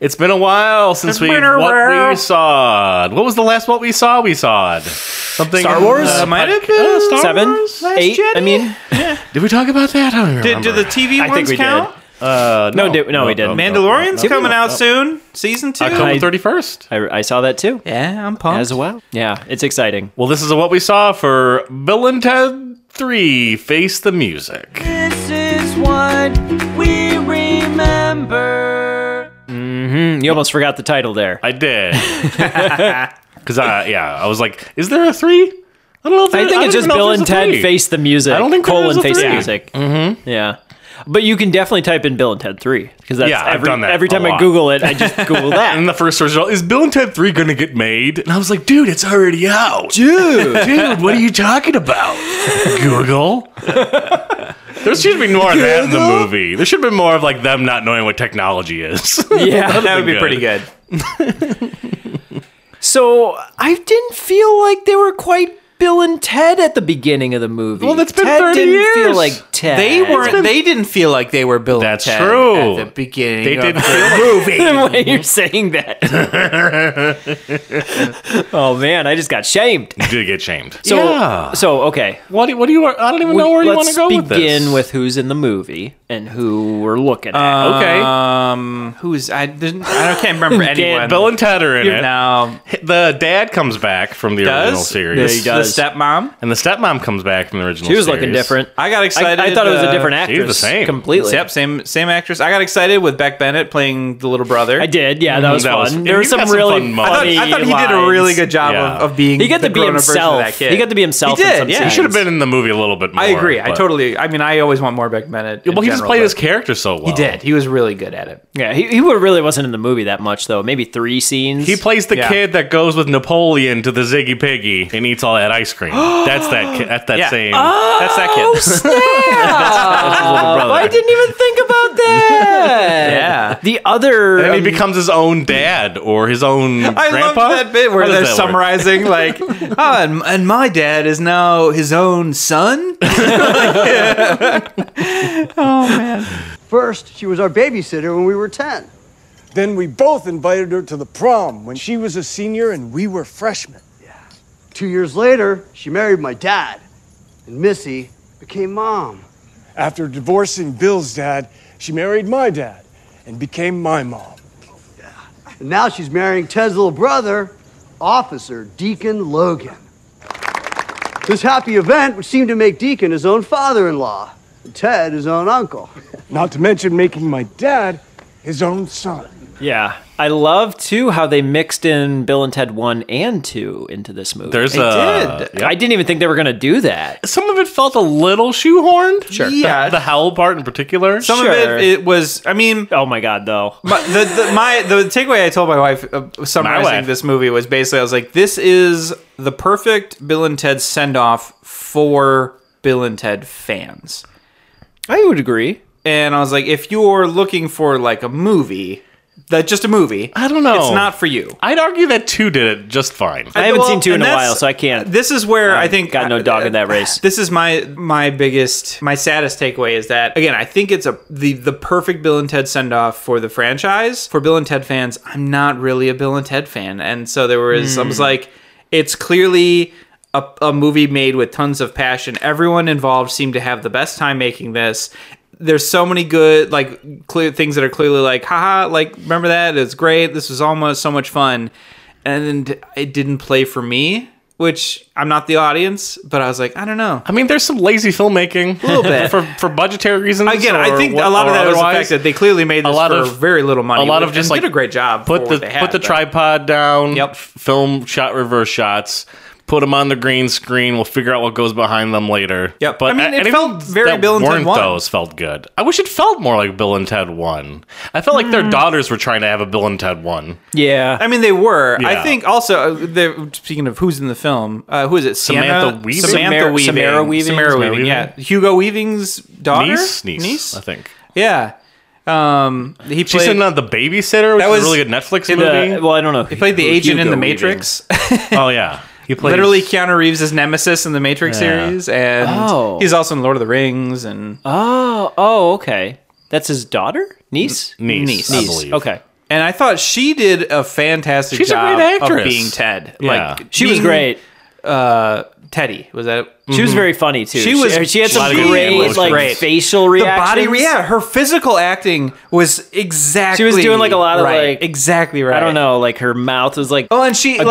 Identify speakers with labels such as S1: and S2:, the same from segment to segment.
S1: It's been a while since we what we saw. What was the last what we saw? We saw something
S2: Star Wars?
S1: Uh, might have been Star
S2: Seven,
S1: Wars? Last
S2: eight. I
S1: Jedi?
S2: mean,
S1: did we talk about that? I don't even
S3: Did,
S1: remember.
S3: do the TV
S2: I
S3: ones
S2: think we
S3: count?
S2: did.
S1: uh,
S2: No, did- no, we didn't.
S3: Mandalorian's
S2: no,
S3: coming
S2: no,
S3: out
S2: no.
S3: soon, season two.
S1: October
S2: I-
S1: thirty first.
S2: I, I saw that too
S3: yeah, I'm pumped.
S2: as well. Yeah, it's exciting.
S1: Well, this is a what we saw for Bill and Ted Three: Face the Music.
S4: This is what we remember.
S2: Mm, You almost forgot the title there.
S1: I did because I yeah I was like, is there a three? I don't know. If there,
S2: I think
S1: don't
S2: it's just
S1: even know if
S2: Bill
S1: there's
S2: and
S1: a
S2: Ted
S1: three.
S2: face the music.
S1: I don't think there
S2: colon
S1: is a
S2: face
S1: three.
S2: the music. Mm-hmm. Yeah, but you can definitely type in Bill and Ted three because that's
S1: Yeah, I've
S2: every,
S1: done that
S2: every
S1: a
S2: time
S1: lot.
S2: I Google it, I just
S1: And
S2: Google that.
S1: the first search result is Bill and Ted Three gonna get made? And I was like, dude, it's already out.
S2: Dude,
S1: Dude, what are you talking about? Google. There should be more of that in the movie. There should be more of like them not knowing what technology is.
S2: yeah.
S3: That would be
S1: Good.
S3: pretty good.
S2: So I didn't feel like they were quite Bill and Ted at the beginning of the movie.
S1: Well, that's been
S2: Ted
S1: 30
S2: didn't
S1: years.
S2: Feel like Ted.
S3: They weren't. They didn't feel like they were Bill. and
S1: That's
S3: Ted
S1: true.
S3: At the beginning,
S1: They
S3: of
S1: didn't
S3: the
S1: feel like-
S3: movie.
S2: Why you're saying that? oh man, I just got shamed.
S1: you did get shamed.
S2: So,
S1: yeah.
S2: so okay.
S1: What do, what do you? I don't even know where you want
S2: Let's
S1: to go with
S2: begin
S1: this. Uh,
S2: with, who's in the movie and who we're looking at.
S1: okay.
S3: Um, who's I didn't. I don't- can't remember anyone.
S1: Bill and Ted are in it.
S3: now
S1: The dad comes back from the original
S3: does
S1: series,
S2: Yeah, he
S3: the,
S2: does.
S3: the stepmom?
S1: and the stepmom comes back from the original.
S2: she was
S1: series.
S2: looking different.
S3: I got
S2: I,
S3: excited.
S2: I thought it was a different
S3: uh,
S1: she was
S2: actress.
S1: the same.
S2: Completely.
S3: Yep, same same actress. I got excited with Beck Bennett playing the little brother.
S2: I did. Yeah, that was
S1: Mm-hmm, That
S2: fun.
S1: was-
S2: there
S1: you
S2: were some
S1: got some
S2: really
S1: fun
S2: funny.
S1: moments.
S3: I thought, I thought he did a really good job
S1: Yeah.
S3: of, of being
S2: He got
S3: the
S2: to be
S3: grown-up version of that
S2: himself.
S3: kid.
S2: He got to be himself.
S3: He
S2: in
S3: did,
S2: some
S3: yeah.
S1: He
S3: He
S2: scenes.
S1: should have been in the movie a little bit more.
S3: I agree. I
S1: but-
S3: totally. I mean, I always want more Beck Bennett. in
S1: Well, he just
S3: general,
S1: played
S3: but
S1: his character so well.
S3: He did. He was really good at it.
S2: Yeah, he, he really wasn't in the movie that much though. Maybe three scenes.
S1: He plays the
S3: Yeah.
S1: kid that goes with Napoleon to the Ziggy Piggy and eats all that ice cream. that's that. Ki- that's that
S3: Yeah. Oh,
S1: same.
S3: That's that kid.
S1: brother.
S2: I didn't even think about that.
S3: Yeah.
S2: The other
S1: and he
S2: um,
S1: becomes his own dad or his own
S3: I love
S1: grandpa.
S3: that bit
S1: How
S3: where
S1: does
S3: they're
S1: that work?
S3: summarizing like, oh, and, and my dad is now his own son.
S5: First, she was our babysitter when we were 10.
S6: Then we both invited her to the prom when she was a senior and we were freshmen.
S5: Two years later, she married my dad, and Missy became mom.
S6: After divorcing Bill's dad, she married my dad and became my mom.
S5: And now she's marrying Ted's little brother, Officer Deacon Logan. This happy event would seem to make Deacon his own father in law, and Ted his own uncle.
S6: Not to mention making my dad his own son.
S2: Yeah. I love too how they mixed in Bill and Ted 1 and 2 into this movie.
S1: There's
S3: They
S1: a.
S3: did.
S1: yeah.
S2: I didn't even think they were going to do that.
S1: Some of it felt a little shoehorned. Sure.
S3: Yeah.
S1: The, the howl part in particular.
S3: Some of
S2: Sure.
S3: it, it was. I mean,
S2: Oh my god though.
S3: my, the, the my the takeaway I told my wife uh, summarizing
S1: My wife.
S3: this movie was basically I was like, this is the perfect Bill and Ted send off for Bill and Ted fans.
S2: I would agree.
S3: And I was like, if you're looking for like a movie, that just a movie,
S1: I don't know.
S3: it's not for you.
S1: I'd argue that two did it just fine.
S2: I haven't
S3: Well,
S2: seen 2 in
S3: and
S2: a
S3: that's-
S2: while so I can't.
S3: This is where I think
S2: got no dog in that race.
S3: This is my my biggest, my saddest takeaway is that again, I think it's a the the perfect Bill and Ted send off for the franchise for Bill and Ted fans. I'm not really a Bill and Ted fan, and so there was I
S2: Hmm.
S3: was like, it's clearly. A, a movie made with tons of passion. Everyone involved seemed to have the best time making this. There's so many good, like, clear things that are clearly like, haha, like, remember that? It's great. This was almost so much fun and it didn't play for me, which I'm not the audience, but I was like, I don't know.
S1: I mean, there's some lazy filmmaking. A
S3: little bit.
S1: for for budgetary reasons.
S3: Again, I
S1: or
S3: think
S1: what-
S3: a lot of
S1: or
S3: that was the
S1: otherwise.
S3: fact that they clearly made this
S1: a lot
S3: for
S1: of-
S3: very little money.
S1: a lot of
S3: which-
S1: just
S3: and
S1: like
S3: did a great job. for
S1: Put
S3: what
S1: the
S3: they had,
S1: put the
S3: but-
S1: tripod down.
S3: Yep.
S1: Film shot reverse shots. Put them on the green screen. We'll figure out what goes behind them later.
S3: Yep.
S1: But
S3: I mean,
S1: a-
S3: it
S1: anything
S3: felt very
S1: that
S3: Bill and Ted
S1: weren't
S3: 1.
S1: Those felt good. I wish it felt more like Bill and Ted One. I felt like their
S3: Mm.
S1: daughters were trying to have a Bill and Ted One.
S2: Yeah.
S3: I mean, they were.
S1: Yeah.
S3: I think also, uh, they- speaking of who's in the film, uh, who is it?
S1: Samantha
S3: Sienna-
S1: Weaving?
S3: Samantha
S2: Samara-
S3: Weaving.
S2: Samara Weaving?
S3: Samara
S1: Samara
S3: Weaving, Yeah.
S1: Weaving.
S3: Hugo Weaving's daughter?
S1: Niece, niece, I think
S3: Yeah. Um, he
S1: she's
S3: played,
S1: in uh, the babysitter, which
S3: That
S1: was a
S3: was
S1: really good Netflix
S2: The-
S1: movie.
S2: well, I don't know. He
S3: played the agent in The Matrix.
S1: oh yeah, he plays
S3: Literally Keanu Reeves' nemesis in the Matrix
S1: Yeah.
S3: series, and
S2: Oh.
S3: he's also in Lord of the Rings. And
S2: Oh, oh, okay. That's his daughter? Niece?
S1: niece, I
S2: Niece.
S1: believe.
S2: Okay.
S3: And I thought she did a fantastic
S1: She's a
S3: job
S1: great
S3: of
S1: actress.
S3: being Ted.
S1: Yeah.
S3: Like
S2: She was
S3: being,
S2: great.
S3: Uh, Teddy was that?
S2: She was very funny too.
S3: She was-
S2: She, she had
S3: she
S2: some
S1: Mm-hmm. was
S2: great
S1: great.
S2: like
S1: Great.
S2: facial
S3: The
S2: reactions.
S3: body, yeah, her physical acting was exactly.
S2: doing, like, a lot of,
S3: right,
S2: like-
S3: exactly right.
S2: I don't know. Like her mouth was like
S3: Oh, and she
S2: agape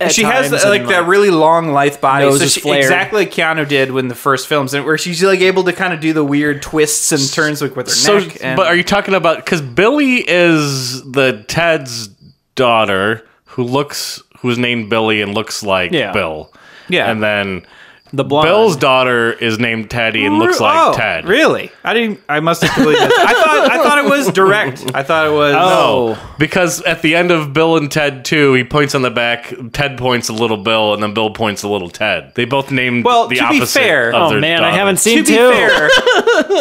S3: like
S2: at
S3: she has
S2: times
S3: the, like
S2: and,
S3: that
S2: like-
S3: really long lithe body,
S2: nose
S3: so
S2: is
S3: she,
S2: flared.
S3: exactly like Keanu did when the first films, and where she's like able to kind of do the weird twists and turns like with her
S1: So,
S3: neck. And,
S1: but are you talking about because Billy is the Ted's daughter who looks who's named Billy and looks like
S2: Yeah.
S1: Bill.
S3: Yeah.
S1: and then
S2: the blonde.
S1: Bill's daughter is named Teddy and looks like
S3: oh,
S1: Ted.
S3: Really? I didn't. I must have completely. missed- I thought I thought it was direct. I thought it was.
S2: Oh.
S1: Because at the end of Bill and Ted 2, he points on the back, Ted points a little Bill, and then Bill points a little Ted. They both named
S3: Well,
S1: the
S3: to be
S1: opposite.
S3: fair-
S1: of
S2: Oh
S1: their
S2: man, I
S1: daughter.
S2: haven't
S3: To
S2: seen
S3: be
S2: two.
S3: fair,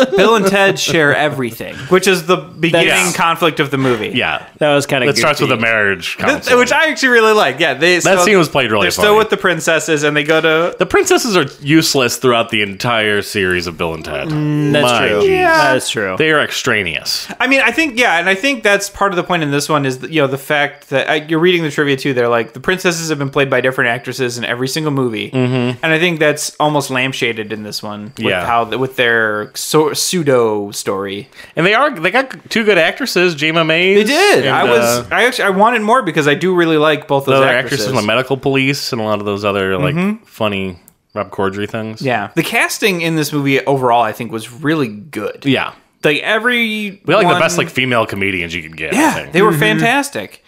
S3: Bill and Ted share everything, which is the beginning
S1: Yeah.
S3: conflict of the movie.
S1: Yeah.
S2: That was kind of.
S1: That starts with a marriage
S3: Th-
S1: counseling.
S3: which I actually really like. Yeah, they
S1: That scene was played really
S3: They're still
S1: funny.
S3: with the princesses, and they go to
S1: the princesses are useless throughout the entire series of Bill and Ted.
S3: Mm,
S2: That's
S1: My
S2: true.
S1: geez.
S2: That is true.
S1: They are extraneous.
S3: I mean, I think yeah, and I think that's part of the point in this one is that, you know the fact that uh, you're reading the trivia too. They're like the princesses have been played by different actresses in every single movie, mm-hmm. and I think that's almost lampshaded in this one. With
S1: Yeah.
S3: how th- with their so, pseudo story.
S1: And they are they got two good actresses, Jema Mays.
S3: They did.
S1: and,
S3: I
S1: uh,
S3: was I actually I wanted more because I do really like both
S1: the
S3: those
S1: other
S3: actresses. Mm-hmm.
S1: actresses in the medical police and a lot of those other like funny Rob Corddry things.
S3: yeah, the casting in this movie overall, I think, was really good.
S1: Yeah.
S3: Like every
S1: They like the best like Mm-hmm. female comedians you could get. I
S3: Yeah,
S1: think.
S3: they were fantastic.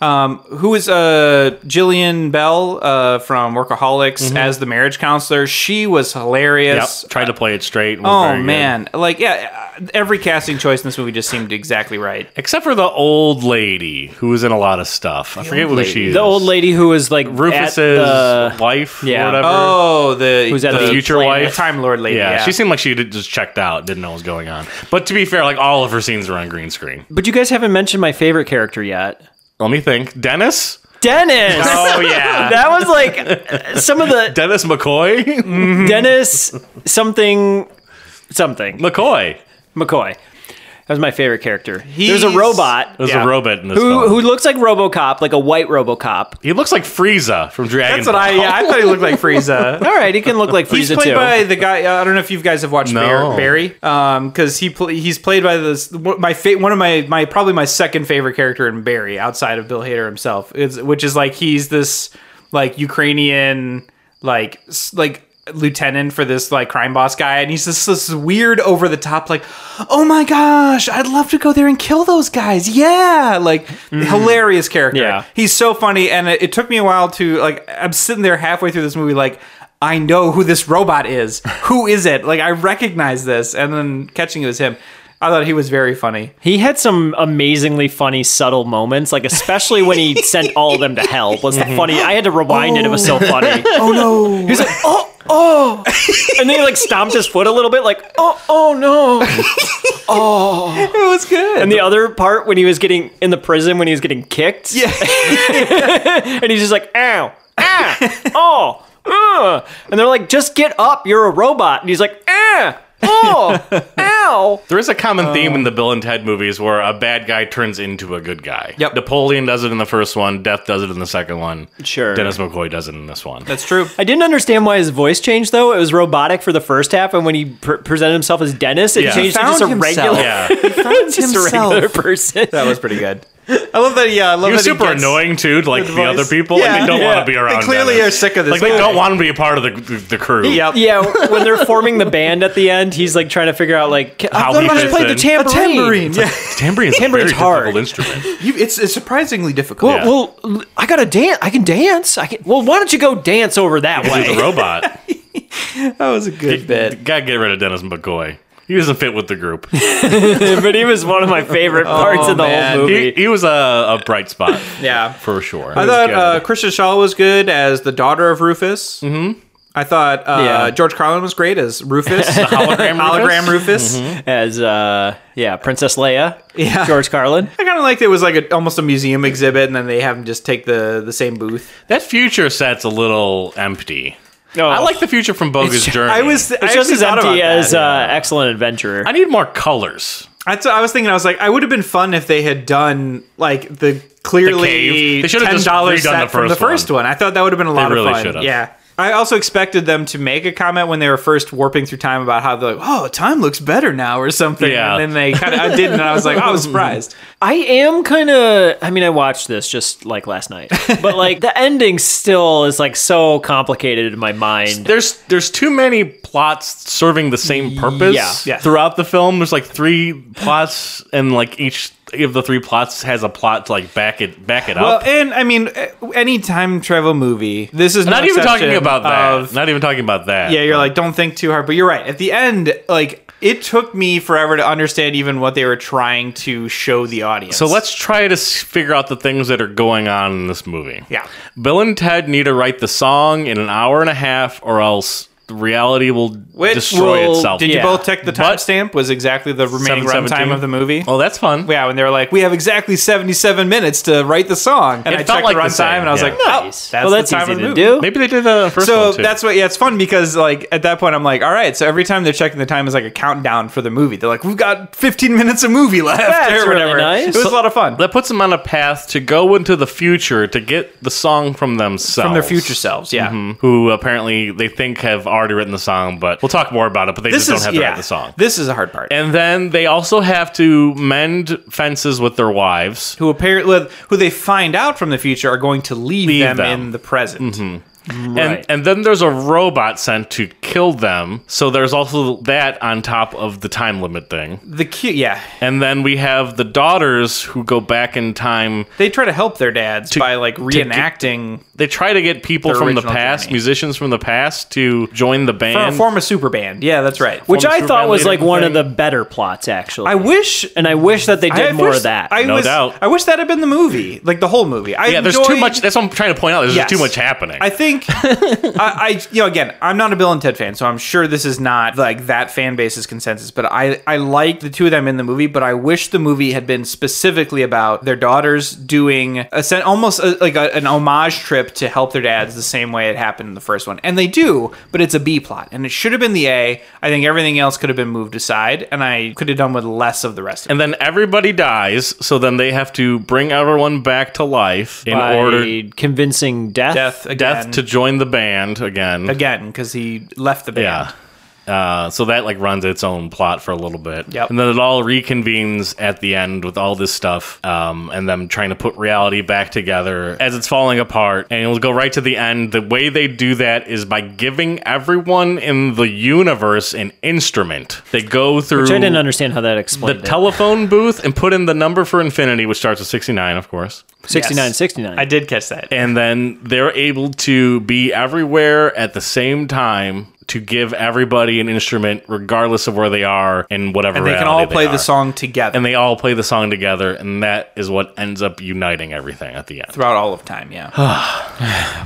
S3: Um, who is uh, Jillian Bell uh, from Workaholics as the marriage counselor? She was
S1: Mm-hmm. Yep.
S3: hilarious.
S1: Tried to play it straight. and was
S3: Oh
S1: very good.
S3: man, like yeah, uh, every casting choice in this movie just seemed exactly right.
S1: Except for the old lady who was in a lot of stuff. I forget who she is.
S2: the old lady who was like
S1: Rufus's
S2: at the-
S1: wife.
S2: yeah.
S1: Or whatever.
S3: Oh, the
S2: Who's at
S1: the,
S2: the
S1: future
S2: planet.
S1: wife.
S3: Time Lord lady?
S1: yeah,
S3: Yeah,
S1: she seemed like she did- just checked out, didn't know what was going on. But to be fair, like all of her scenes were on green screen.
S2: But you guys haven't mentioned my favorite character yet,
S1: Let me think. Dennis?
S2: Dennis.
S1: Oh, yeah.
S2: That was like some of the
S1: Dennis McCoy?
S2: Dennis something something
S1: McCoy.
S2: McCoy. That was my favorite character. There's a
S3: He's-
S2: robot
S1: There's
S3: Yeah.
S1: a robot in this
S2: who
S1: film.
S2: who looks like RoboCop, like a white RoboCop.
S1: he looks like Frieza from Dragon
S3: that's what
S1: Ball.
S3: I. Yeah, I thought he looked like Frieza.
S2: All right, he can look like
S3: He's
S2: Frieza
S3: played
S2: too.
S3: by the guy. Uh, I don't know if you guys have watched
S1: No.
S3: Bar- Barry, because he pl- he's played by this one- my fa- one of my my probably my second favorite character in Barry outside of Bill Hader himself, is, which is like he's this like Ukrainian like s- like lieutenant for this like crime boss guy and he's just this weird over the top like oh my gosh i'd love to go there and kill those guys yeah like hilarious character
S2: Mm-hmm. Yeah.
S3: he's so funny and it, it took me a while to like i'm sitting there halfway through this movie like i know who this robot is who is it like i recognize this and then catching it was him i thought he was very funny
S2: He had some amazingly funny, subtle moments, like especially when he sent all of them to hell. Was
S3: Mm-hmm.
S2: the funny? I had to rewind it. It was so funny. Oh no! He was like, oh, oh, and then he like stomped his foot a little bit, like, oh, oh no.
S3: it was good
S2: And the other part when he was getting in the prison when he was getting kicked. Yeah. and he's just like, ow, ah, oh, uh. and they're like, just get up, you're a robot. And he's like, ah, oh, ow.
S1: There is a common
S3: Oh.
S1: theme in the Bill and Ted movies where a bad guy turns into a good guy.
S3: Yep.
S1: Napoleon does it in the first one, Death does it in the second one.
S2: Sure.
S1: Dennis McCoy does it in this one.
S3: that's true
S2: I didn't understand why his voice changed though. It was robotic for the first half, and when he pr- presented himself as Dennis, it
S1: Yeah.
S2: changed to
S3: Found
S2: just a
S3: himself.
S2: regular,
S1: yeah.
S2: just a regular
S3: himself.
S2: person.
S3: that was pretty good i love that yeah i love
S1: He was
S3: that
S1: super
S3: gets-
S1: annoying too, to like the
S3: voice.
S1: other people,
S3: Yeah.
S1: and they don't
S3: Yeah.
S1: want to be
S3: They
S1: around.
S3: clearly
S1: Dennis.
S3: are sick of this
S1: Like they
S3: guy.
S1: don't want to be a part of the the, the crew.
S3: Yep.
S2: Yeah, when they're forming the band at the end, he's like trying to figure out like
S1: How
S2: I thought
S1: he
S2: I
S1: fits
S2: played the
S1: in.
S3: a tambourine
S2: tambourine.
S3: yeah
S1: Tambourine is a very
S2: Tambourine's hard.
S1: difficult instrument.
S3: You- it's, it's surprisingly difficult
S1: Yeah.
S2: Well, l- I gotta dance. I can dance. I can. Well, why don't you go dance over that
S1: He's a
S2: way?
S1: robot.
S3: that was a good bit
S1: Gotta get rid of Dennis McCoy. He doesn't fit with the group.
S2: but he was one of my favorite parts of the
S3: man.
S2: whole
S1: He,
S2: movie.
S1: he was a, a bright spot.
S3: yeah
S1: For sure.
S3: I thought uh, Christian Shaw was good as the daughter of Rufus. Mm-hmm. I thought uh,
S2: Yeah.
S3: George Carlin was great as Rufus, hologram, Rufus.
S2: As uh, yeah, Princess Leia.
S3: Yeah.
S2: George Carlin.
S3: I kind of liked it was like a, almost a museum exhibit, and then they have him just take the the same booth.
S1: that future set's a little empty.
S2: No,
S1: I like the future from Bogus Journey.
S3: I was
S2: It's
S3: I
S2: just
S3: actually
S2: as
S3: thought about
S2: empty
S3: that.
S2: as uh, Excellent Adventurer.
S1: I need more colors.
S3: That's what I was thinking. I was like, I would have been fun if they had done like the clearly
S1: cave. They should have
S3: ten
S1: just
S3: dollars
S1: redone
S3: set
S1: the
S3: from the
S1: first
S3: first one. I thought that would have been a lot of
S1: really
S3: fun.
S1: should have.
S3: Yeah. I also expected them to make a comment when they were first warping through time about how they're like, "Oh, time looks better now" or something.
S1: Yeah.
S3: And then they kind of didn't, and I was like, "Oh, I was surprised.
S2: I am kind of. I mean, I watched this just like last night, but like the ending still is like so complicated in my mind.
S1: There's there's too many plots serving the same purpose
S2: Yeah,
S3: yeah.
S1: throughout the film. There's like three plots, and like each of the three plots has a plot to like back it back it
S3: Well,
S1: up.
S3: and I mean, eh, any time travel movie, this is no
S1: Not even talking
S3: exception
S1: about that.
S3: of-
S1: Not even talking about that.
S3: yeah, you're like, don't think too hard. But you're right. At the end, like, it took me forever to understand even what they were trying to show the audience.
S1: So let's try to s- figure out the things that are going on in this movie.
S3: Yeah.
S1: Bill and Ted need to write the song in an hour and a half, or else the reality will
S3: Which
S1: destroy
S3: will-
S1: itself.
S3: Did you
S2: Yeah.
S3: both check the
S1: But-
S3: timestamp? Was exactly the remaining
S1: 7:17?
S3: runtime of the movie?
S1: Oh, that's fun.
S3: Yeah, when they were like, we have exactly 77 minutes to write the song. And
S1: It
S3: I
S1: felt
S3: checked
S1: like
S3: the
S1: the
S3: runtime
S1: same,
S3: and I was
S1: yeah.
S3: like, oh,
S2: Nice.
S3: that's
S2: well,
S3: the
S2: that's
S3: time
S2: easy
S3: of the
S2: to
S3: movie.
S2: do.
S1: Maybe they did that on the first
S3: So
S1: one too.
S3: that's what, yeah, it's fun because, like, at that point, I'm like, all right, so every time they're checking the time is like a countdown for the movie. They're like, we've got 15 minutes of movie left
S2: That's
S3: or
S2: really
S3: whatever.
S2: nice.
S3: It was a lot of fun.
S1: that puts them on a path to go into the future to get the song from themselves,
S3: From their future selves, yeah.
S1: Mhm. who apparently they think have already written the song, but we'll talk more about it. But they
S3: This
S1: just don't
S3: is,
S1: have to
S3: yeah,
S1: write the song.
S3: this is a hard part.
S1: And then they also have to mend fences with their wives.
S3: who apparently, who they find out from the future are going to leave,
S1: Leave
S3: them,
S1: them. Mm-hmm.
S3: in the present.
S1: And, and then there's a robot sent to kill them. So there's also that on top of the time limit thing.
S3: The cute, yeah.
S1: And then we have the daughters who go back in time.
S3: They try to help their dads by like
S1: get-
S3: reenacting
S1: They try to get people
S3: Their
S1: from the
S3: original
S1: past,
S3: journey.
S1: musicians from the past, to join the band.
S3: Form- form a super band. Yeah, that's right.
S2: which
S1: Form
S2: I
S1: Superman
S2: thought was
S1: leader
S2: like
S1: thing.
S2: one of the better plots, actually.
S3: I wish
S2: and I wish that they did
S3: I
S2: more
S3: wish-
S2: of that.
S3: I
S1: No
S3: wish,
S1: doubt.
S3: I wish that had been the movie, like the whole movie. I
S1: yeah, there's
S3: enjoyed-
S1: too much. That's what I'm trying to point out. There's just
S3: Yes.
S1: too much happening.
S3: I think I, I you know again I'm not a Bill and Ted fan so I'm sure this is not like that fan base's consensus but I I like the two of them in the movie but I wish the movie had been specifically about their daughters doing a sen- almost a, like a, an homage trip to help their dads the same way it happened in the first one and they do but it's a B plot and it should have been the A I think everything else could have been moved aside and I could have done with less of the rest of it.
S1: and then everybody dies, so then they have to bring everyone back to life in
S2: By
S1: order
S2: convincing death.
S3: death again.
S1: death to join the band again.
S3: again because he left the band.
S1: Yeah. Uh, so that like runs its own plot for a little bit,
S3: Yep.
S1: and then it all reconvenes at the end with all this stuff, um, and them trying to put reality back together as it's falling apart. And it'll go right to the end. The way they do that is by giving everyone in the universe an instrument. They go through
S2: Which I didn't understand how that
S1: the
S2: explained it.
S1: telephone booth and put in the number for infinity, which starts with sixty nine, of course.
S2: 69,
S3: Yes.
S2: 69.
S3: I did catch that.
S1: and then they're able to be everywhere at the same time to give everybody an instrument regardless of where they are and whatever
S3: And they can
S1: reality
S3: all play
S1: are.
S3: the song together
S1: and they all play the song together and that is what ends up uniting everything at the end
S3: throughout all of time. Yeah,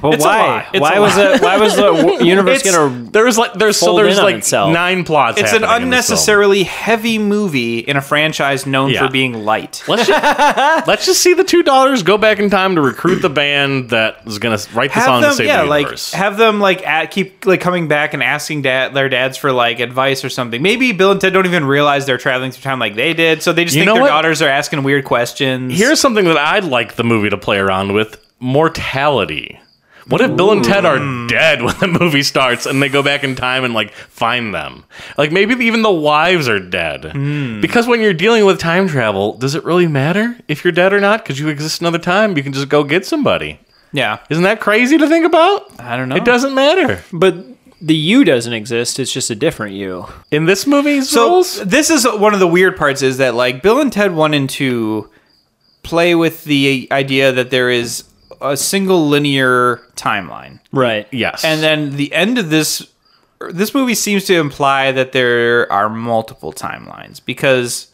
S2: But
S3: It's a lie.
S2: why?
S3: It's
S2: why
S3: a
S2: was
S3: lie.
S2: it? Why was the w- universe
S3: It's-
S2: gonna?
S1: there's like there's so
S2: Fold
S1: there's
S2: in on
S1: like
S2: itself.
S1: nine plots
S3: it's an
S1: happening in this film.
S3: unnecessarily heavy movie in a franchise known
S1: Yeah.
S3: for being light.
S1: Let's just, let's just see the two dollars go back in time to recruit the band that is gonna write the song
S3: Have them,
S1: to save
S3: yeah,
S1: the
S3: like
S1: universe.
S3: have them like at, keep like coming back and asking dad, their dads for like advice or something. Maybe Bill and Ted don't even realize they're traveling through time like they did, so they just
S1: You
S3: think
S1: know
S3: their
S1: what?
S3: daughters are asking weird questions.
S1: Here's something that I'd like the movie to play around with mortality. What if Bill and Ted are dead when the movie starts and they go back in time and like find them? Like maybe even the wives are dead.
S3: Hmm.
S1: Because when you're dealing with time travel, does it really matter if you're dead or not? Because you exist another time, you can just go get somebody.
S3: yeah,
S1: Isn't that crazy to think about?
S3: I don't know.
S1: It doesn't matter.
S2: But the you doesn't exist. It's just a different you.
S1: In this movie's
S3: So uh,
S1: rules,
S3: this is one of the weird parts is that like Bill and Ted One and Two play with the idea that there is a single linear timeline,
S2: Right.
S1: yes.
S3: and then the end of this this movie seems to imply that there are multiple timelines because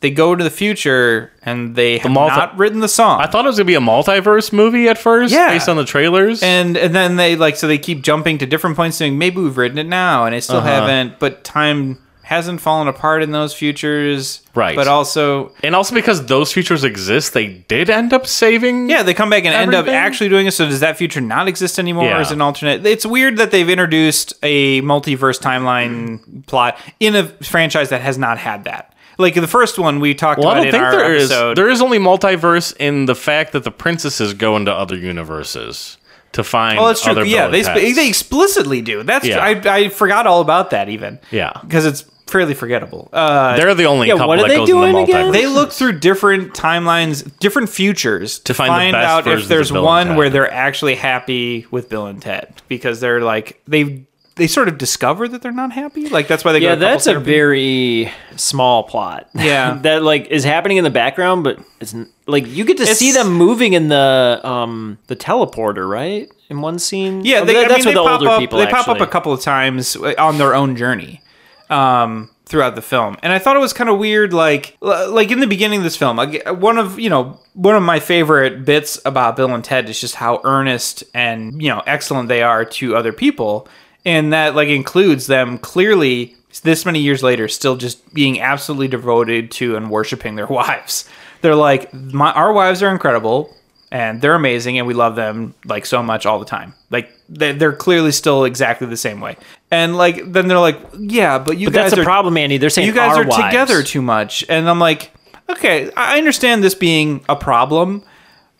S3: they go to the future and they have
S1: multi-
S3: not written the song.
S1: I thought it was going to be a multiverse movie at first
S3: Yeah.
S1: based on the trailers.
S3: and, and then they like so they keep jumping to different points saying maybe we've written it now and I still
S1: Uh-huh.
S3: haven't but time hasn't fallen apart in those futures
S1: Right.
S3: but also
S1: And also because those features exist, they did end up saving.
S3: Yeah, they come back and end up
S1: Everything?
S3: actually doing it. So does that future not exist anymore?
S1: Yeah.
S3: Or is it an alternate? It's weird that they've introduced a multiverse timeline plot in a franchise that has not had that. Like the first one we talked
S1: Well, I
S3: about
S1: don't
S3: in
S1: think
S3: our
S1: there is.
S3: episode.
S1: There is only multiverse in the fact that the princesses go into other universes to find.
S3: Oh, that's true.
S1: Other
S3: Yeah, they,
S1: Bill
S3: sp-
S1: and Ted's.
S3: they explicitly do. That's
S1: Yeah.
S3: true. I, I forgot all about that even.
S1: Yeah.
S3: because it's fairly forgettable. Uh,
S1: They're the only
S2: Yeah,
S1: couple
S2: what
S1: that
S2: are they
S1: goes into
S2: doing again?
S1: multiverse.
S3: they look through different timelines, different futures to
S1: find the best
S3: out
S1: versions
S3: if
S1: of
S3: there's
S1: Bill and
S3: one
S1: Ted.
S3: where they're actually happy with Bill and Ted because they're like they they sort of discover that they're not happy. Like that's why they
S2: Yeah,
S3: go. to couple
S2: that's a
S3: therapy.
S2: very small plot.
S3: Yeah.
S2: that like is happening in the background, but it's n- like you get to see
S3: It's-
S2: them moving in the um the teleporter, right? In one scene.
S3: yeah.
S2: Oh,
S3: They,
S2: that-
S3: I
S2: that's
S3: mean, they
S2: with the
S3: pop
S2: older
S3: up,
S2: people.
S3: They pop up
S2: actually.
S3: a couple of times uh, on their own journey. Um, throughout the film and i thought it was kind of weird like l- like in the beginning of this film like one of you know one of my favorite bits about bill and ted is just how earnest and you know excellent they are to other people and that like includes them clearly this many years later still just being absolutely devoted to and worshiping their wives they're like my, our wives are incredible and they're amazing and we love them like so much all the time like they- they're clearly still exactly the same way and like then they're like yeah but you
S2: But
S3: guys
S2: that's
S3: are
S2: a problem, Andy. They're saying
S3: you guys
S2: our
S3: are
S2: wives.
S3: together too much and i'm like okay i understand this being a problem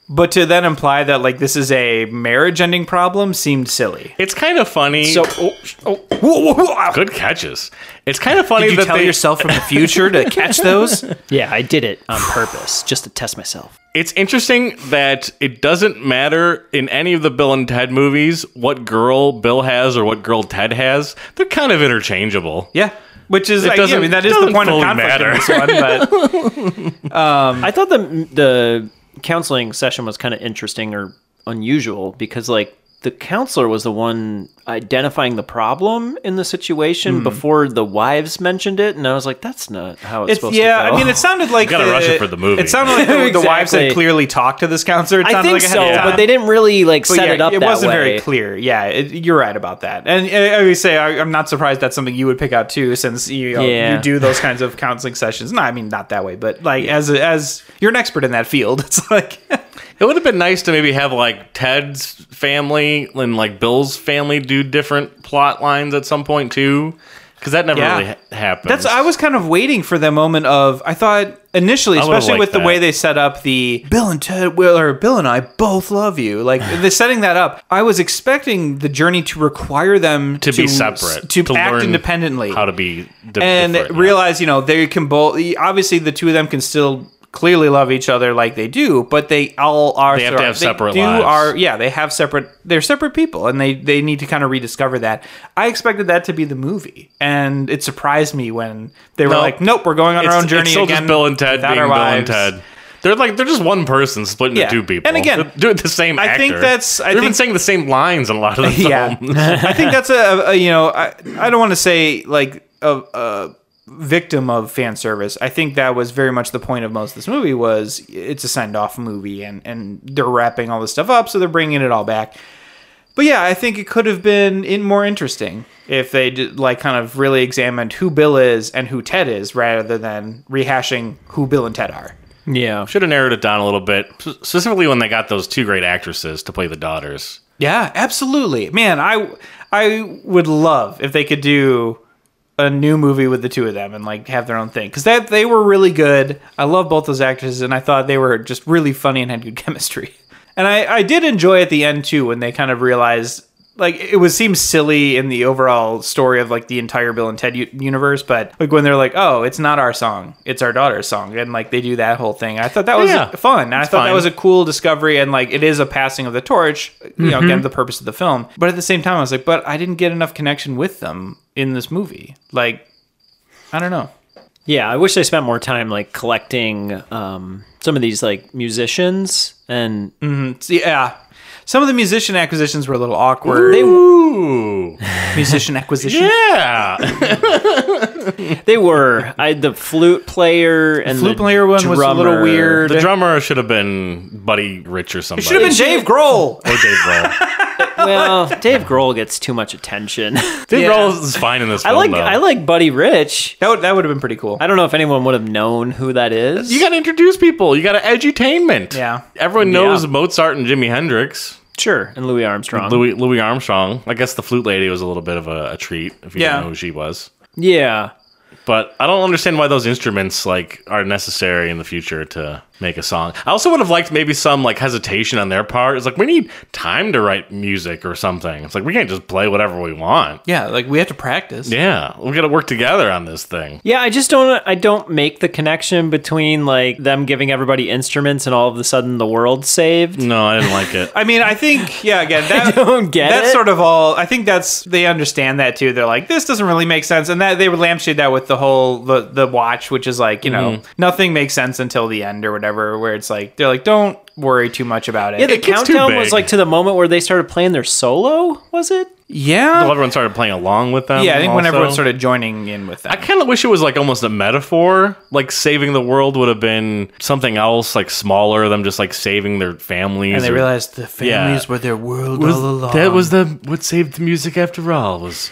S3: but to then imply that like this is a marriage ending problem seemed silly
S1: It's kind of funny.
S2: So oh,
S1: good catches. It's kind of funny
S3: did you
S1: that
S3: tell
S1: they,
S3: yourself from the future to catch those
S2: yeah, I did it on purpose just to test myself.
S1: It's interesting that it doesn't matter in any of the Bill and Ted movies what girl Bill has or what girl Ted has. They're kind of interchangeable.
S3: yeah which is
S1: It
S3: I, yeah, I
S1: doesn't-
S3: mean that is the
S1: doesn't
S3: point of
S1: fully
S3: conflict in
S1: matter.
S3: this one but
S2: I thought the the counseling session was kind of interesting or unusual because like the counselor was the one identifying the problem in the
S3: Hmm.
S2: situation before the wives mentioned it, and I was like, that's not how it's,
S3: it's
S2: supposed
S3: yeah
S2: to go.
S3: i mean it sounded like
S1: gotta
S3: the-
S1: rush it for the movie.
S3: it sounded like the, the wives had
S2: Exactly.
S3: clearly talked to this counselor it
S2: I
S3: sounded
S2: think
S3: like
S2: so,
S3: ahead of time.
S2: but they didn't really like
S3: But
S2: set
S3: yeah,
S2: it up.
S3: It
S2: that
S3: wasn't very
S2: way.
S3: clear. Yeah, it, you're right about that. And, and I would say I, I'm not surprised that's something you would pick out too, since you know,
S2: Yeah.
S3: you do those kinds of counseling sessions. No, I mean not that way, but like as a- as you're an expert in that field, it's like
S1: It would have been nice to maybe have like Ted's family and like Bill's family do different plot lines at some point too, because that never
S3: Yeah.
S1: really ha- happens.
S3: that's. I was kind of waiting for the moment of I thought initially,
S1: would've
S3: especially
S1: liked
S3: with the
S1: that.
S3: way they set up the Bill and Ted, well, or Bill and I both love you. Like the setting that up, I was expecting the journey to require them
S1: to, be separate,
S3: to, act
S1: learn
S3: independently,
S1: how to be di-
S3: and
S1: different, yeah.
S3: realize you know they can both obviously the two of them can still clearly love each other like they do but they all are
S1: They have to have separate
S3: do
S1: lives.
S3: are yeah they have separate they're separate people and they they need to kind of rediscover that i expected that to be the movie and it surprised me when they were
S1: No.
S3: like nope we're going on
S1: It's-
S3: our own journey
S1: It's still
S3: again
S1: just Bill and Ted
S3: without
S1: being
S3: our
S1: Bill and
S3: wives."
S1: Ted. They're like they're just one person split into
S3: Yeah.
S1: two people,
S3: And again,
S1: They're doing the same.
S3: I think
S1: actor.
S3: that's- I
S1: they're even
S3: think-
S1: saying the same lines in a lot of the films.
S3: yeah i think that's a, a you know i, I don't want to say like a, a victim of fan service i think that was very much the point of most of this movie was it's a signed off movie and and they're wrapping all this stuff up so they're bringing it all back but yeah i think it could have been in more interesting if they did, like kind of really examined who bill is and who ted is rather than rehashing who bill and ted are
S2: Yeah,
S1: Should have narrowed it down a little bit, specifically when they got those two great actresses to play the daughters.
S3: Yeah, absolutely. Man, I I would love if they could do a new movie with the two of them and like have their own thing cuz that they were really good. I love both those actresses and I thought they were just really funny and had good chemistry. And I I did enjoy at the end too when they kind of realized like it was seems silly in the overall story of like the entire Bill and Ted u- universe, but like when they're like, "Oh, it's not our song, it's our daughter's song," and like they do that whole thing. I thought that was
S1: Yeah.
S3: fun. And I thought
S1: fine.
S3: that was a cool discovery and like it is a passing of the torch you know again the purpose of the film but at the same time i was like but i didn't get enough connection with them in this movie like i don't know
S2: yeah. I wish they spent more time like collecting um, some of these like musicians and
S3: It's- yeah some of the musician acquisitions were a little awkward
S1: Ooh,
S3: musician acquisition
S1: yeah.
S2: They were. I the flute player and
S3: flute
S2: the
S3: player one was a little
S2: drummer.
S3: weird.
S1: the drummer should have been Buddy Rich or somebody.
S3: should have been dave grohl
S1: or Dave Grohl.
S2: Well, Dave Grohl gets too much attention.
S1: Dave
S3: Yeah.
S1: Grohl is fine in this.
S2: I
S1: film,
S2: like
S1: though.
S2: I like Buddy Rich.
S3: that would, that would have been pretty cool
S2: I don't know if anyone would have known who that is.
S1: You got to introduce people. You got to edutainment.
S3: Yeah.
S1: everyone knows
S2: Yeah.
S1: Mozart and Jimi Hendrix.
S2: sure and Louis Armstrong.
S1: Louis Louis Armstrong. I guess the flute lady was a little bit of a, a treat if you
S3: Yeah.
S1: didn't know who she was.
S2: yeah.
S1: But I don't understand why those instruments like are necessary in the future to make a song. I also would have liked maybe some like hesitation on their part. It's like we need time to write music or something. It's like we can't just play whatever we want.
S3: Yeah, like we have to practice.
S1: Yeah, we got to work together on this thing.
S2: Yeah, I just don't. I don't make the connection between like them giving everybody instruments and all of a sudden the world's saved.
S1: No, I didn't like it.
S3: I mean, I think yeah. Again, that,
S2: don't get
S3: that's
S2: it.
S3: sort of all. I think that's they understand that too. They're like, this doesn't really make sense, and that they would lampshade that with the whole the the watch, which is like you know
S1: Mm-hmm.
S3: nothing makes sense until the end or whatever. Where it's like they're like, don't worry too much about it.
S2: Yeah, the
S1: It gets too
S2: countdown was
S1: big.
S2: like to the moment where they started playing their solo. Was it?
S1: Well,
S3: yeah,
S1: everyone started playing along with them.
S3: yeah. I think when
S1: also.
S3: everyone started joining in with
S1: I
S3: that,
S1: kind of wish it was like almost a metaphor. Like saving the world would have been something else, like smaller than just like saving their families.
S3: and they
S1: or-
S3: realized the families
S1: Yeah.
S3: were their world
S1: was-
S3: all along.
S1: that was the what saved the music after all was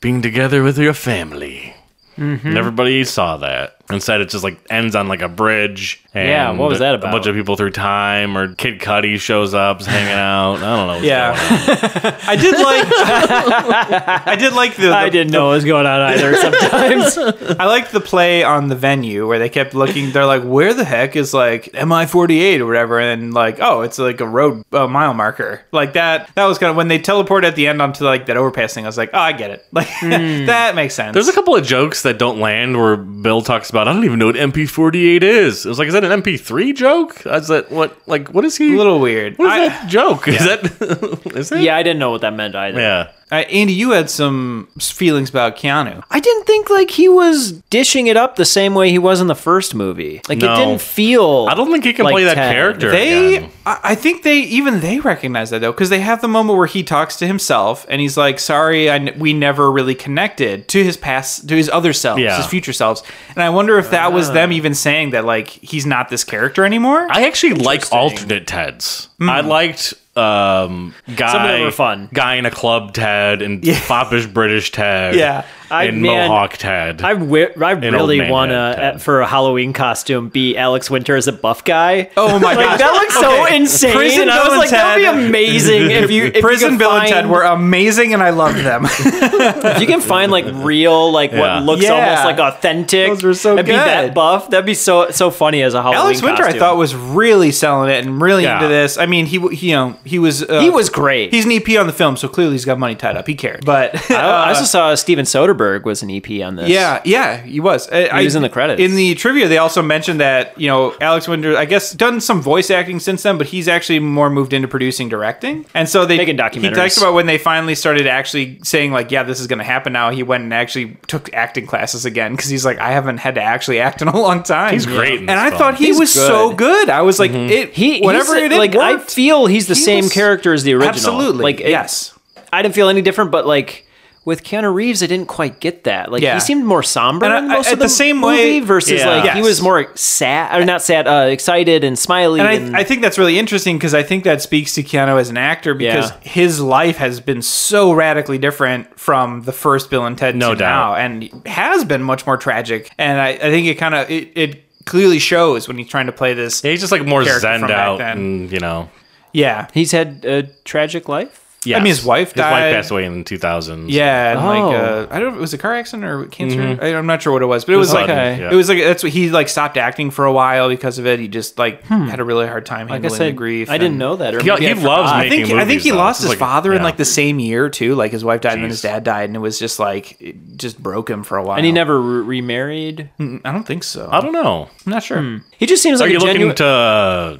S1: being together with your family.
S3: Mm-hmm.
S1: And everybody saw that. Instead, it just like ends on like a bridge. And
S2: Yeah, what was that
S1: A
S2: about?
S1: bunch of people through time, or Kid Cudi shows up, is hanging out. I don't know. what's going on.
S3: yeah. I did like. I did like the.
S2: I
S3: the-
S2: didn't know what was going on either. Sometimes
S3: I liked the play on the venue where they kept looking. They're like, "Where the heck is like MI forty eight or whatever?" And like, "Oh, it's like a road uh, mile marker." Like that. That was kind of when they teleported at the end onto like that overpass thing. I was like, "Oh, I get it. Like that makes sense."
S1: Hmm. There's a couple of jokes that don't land where Bill talks about. I don't even know what MP48 is. It was like, is that an MP3 joke? Is that what? Like, what is he?
S3: a little weird.
S1: What is
S3: I-
S1: that joke? Is that? is it?
S2: yeah, I didn't know what that meant either.
S1: Yeah.
S3: I, Andy, you had some s- feelings about Keanu.
S2: I didn't think like he was dishing it up the same way he was in the first movie. Like
S1: No.
S2: it didn't feel.
S1: I don't think he can
S2: like
S1: play that
S2: 10.
S1: character.
S3: They,
S1: again.
S3: I, I think they even they recognize that though, because they have the moment where he talks to himself and he's like, "Sorry, I n- we never really connected to his past, to his other selves,
S1: Yeah.
S3: his future selves." And I wonder if that
S2: Ah.
S3: was them even saying that like he's not this character anymore.
S1: I actually like alternate Teds.
S3: Hmm.
S1: I liked um, guy
S2: Some of them were fun.
S1: guy in a club Ted and foppish British Ted.
S3: Yeah.
S2: I-
S1: and
S2: man,
S1: Mohawk Ted.
S2: I, wi- I
S1: old
S2: really
S1: man
S2: want
S1: had
S2: to,
S1: ten.
S2: for a Halloween costume, be Alex Winter as a buff guy.
S3: Oh my gosh.
S2: Like, that looks so
S3: Okay.
S2: insane.
S3: Prison
S2: and I was
S3: Bill
S2: like,
S3: and
S2: that would be
S3: Ted.
S2: amazing if you if
S3: Prison
S2: you could
S3: Bill
S2: find,
S3: and Ted were amazing, and I loved them.
S2: if you can find like real like
S1: Yeah.
S2: what looks
S3: Yeah.
S2: almost like authentic.
S3: Those were so
S2: and Be
S3: good.
S2: that buff. That'd be so so funny as a Halloween.
S3: Alex Winter, I
S2: costume.
S3: thought, was really selling it and really
S1: Yeah.
S3: into this. I mean, he, w- he you know he was uh,
S2: He was great.
S3: He's an EP on the film, so clearly he's got money tied up. He cared, but
S2: I, I also saw Steven Soderbergh was an EP on this.
S3: Yeah, yeah, he was. Uh, I, I-
S2: was in the credits.
S3: In the trivia, they also mentioned that you know Alex Winter, I guess, done some voice acting since then, but he's actually more moved into producing, directing, and so they
S2: Making
S3: He
S2: documentaries.
S3: talks about when they finally started actually saying like, yeah, this is going to happen now. He went and actually took acting classes again because he's like, I haven't had to actually act in a long time.
S1: He's great in this
S3: and I
S1: film.
S3: thought he
S2: He's
S3: was so
S2: good. Mm-hmm.
S3: good. I was like, it
S2: He,
S3: he whatever
S2: he's,
S3: it is,
S2: like I
S3: worked.
S2: feel he's the
S3: He
S2: same
S3: was-
S2: character as the original.
S3: Absolutely,
S2: Like it-
S3: yes.
S2: I didn't feel any different, but like with Keanu Reeves, I didn't quite get that. Like
S3: Yeah.
S2: he seemed more somber
S3: And I-
S2: in most
S3: I-
S2: of the,
S3: the same
S2: movie
S3: way-
S2: versus
S1: Yeah.
S2: like he
S3: Yes.
S2: was more sad or not sad, uh, excited and smiley. And,
S3: And I, I think that's really interesting because I think that speaks to Keanu as an actor because
S2: Yeah.
S3: his life has been so radically different from the first Bill and Ted
S1: No
S3: to now,
S1: doubt.
S3: and has been much more tragic. And I, I think it kind of it, it clearly shows when he's trying to play this.
S1: He's just like more
S3: Character from
S1: zened
S3: back
S1: out,
S3: then.
S1: and you know.
S3: yeah,
S2: he's had a tragic life.
S1: Yes.
S3: I mean, his wife died.
S1: passed away in 2000.
S3: Yeah, and like
S2: Oh. Mm-hmm.
S3: uh, I don't know, it was a car accident or cancer. I, I'm not sure what it was, but it, was,
S1: was
S3: like
S1: sudden, yeah.
S3: it was like that's what he like stopped acting for a while because of it. He just like had a really hard time
S2: Hmm. Like I
S3: handling the
S2: said,
S3: grief.
S2: I didn't
S3: and-
S2: know that. Or
S1: He,
S2: maybe
S1: he
S2: I
S1: loves
S2: forgot.
S3: I
S1: making
S3: think I think
S1: movies,
S3: he
S1: though.
S3: lost
S1: It's
S3: his
S1: like-
S3: father in
S1: yeah.
S3: like the same year too. Like his wife died and then his
S1: Jeez.
S3: dad died, and it was just like it just broke him for a while. Mm,
S2: And he never re- remarried.
S3: I don't think so.
S1: I
S3: I'm
S1: don't know.
S3: not sure.
S2: He just seems
S1: Are
S2: like
S1: you
S2: a genuine.
S1: looking to uh,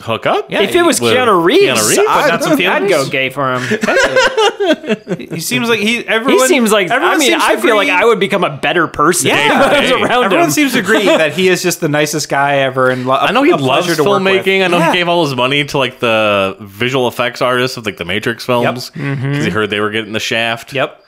S1: hook up?
S2: if it was
S1: with
S2: Keanu Reeves,
S1: Keanu Reeves?
S2: I'd,
S3: Not some
S2: I'd
S3: feelings?
S2: go gay for him.
S3: He seems like he. Everyone.
S2: He seems like. I
S3: everyone
S2: mean,
S3: seems to
S2: I feel like
S3: agree-
S2: I would become a better person.
S3: Yeah.
S2: if I was around
S3: Everyone
S2: him.
S3: seems to agree that he is just the nicest guy ever, and lo-
S1: I know he
S3: a
S1: loves
S3: pleasure to work with.
S1: filmmaking. I know
S3: Yeah.
S1: he gave all his money to like the visual effects artists of like the Matrix films because he heard they were getting the shaft.
S3: Mm-hmm. Yep.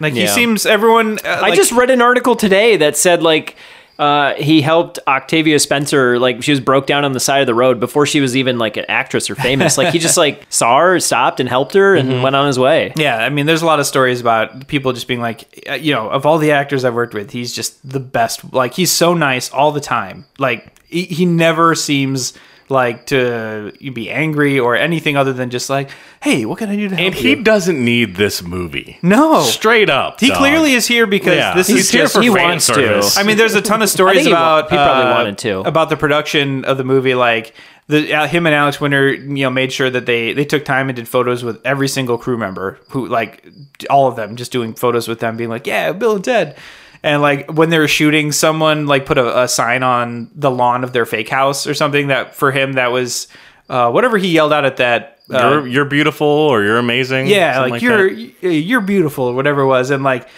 S3: Like he
S2: Yeah.
S3: seems everyone. Uh,
S2: I just read an article today that said like uh, he helped Octavia Spencer like she was broke down on the side of the road before she was even like an actress or famous. like he just like saw her, stopped and helped her, and went on his way.
S3: Yeah, I mean, there's a lot of stories about people just being like, uh, you know, of all the actors I've worked with, he's just the best. Like, he's so nice all the time. Like, he, he never seems like to be angry or anything other than just like, hey, what can I do to help
S1: And he
S3: you?
S1: doesn't need this movie.
S3: No.
S1: Straight up.
S3: He
S1: dog.
S3: clearly is here because
S1: Yeah,
S3: this
S1: he's
S3: is
S1: here
S3: just,
S1: for
S3: he
S1: fan
S3: wants
S1: service.
S3: to. I mean, there's a ton of stories
S2: think he wa-
S3: about
S2: he probably
S3: uh,
S2: wanted to.
S3: about the production of the movie. Like the uh, him and Alex Winter, you know, made sure that they they took time and did photos with every single crew member who like all of them, just doing photos with them, being like, yeah, Bill and Ted. And like when they were shooting, someone like put a, a sign on the lawn of their fake house or something that for him that was uh, whatever he yelled out at that. Uh,
S1: You're, you're beautiful or you're amazing.
S3: yeah,
S1: something
S3: like, you're
S1: that.
S3: y- you're beautiful or whatever it was, and like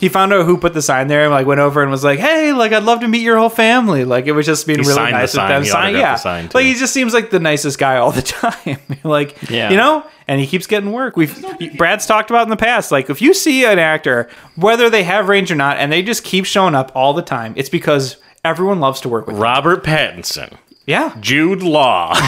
S3: he found out who put the sign there and like went over and was like, hey, like I'd love to meet your whole family. Like it was just being
S1: He
S3: really
S1: signed the
S3: nice with
S1: sign.
S3: them.
S1: He
S3: Sign,
S1: autographed
S3: yeah,
S1: the sign,
S3: like
S1: too.
S3: he just seems like the nicest guy all the time. like
S2: Yeah.
S3: you know, and he keeps getting work. We've Brad's talked about in the past. Like if you see an actor, whether they have range or not, and they just keep showing up all the time, it's because everyone loves to work with. Them.
S1: Robert Pattinson,
S3: Yeah,
S1: Jude Law.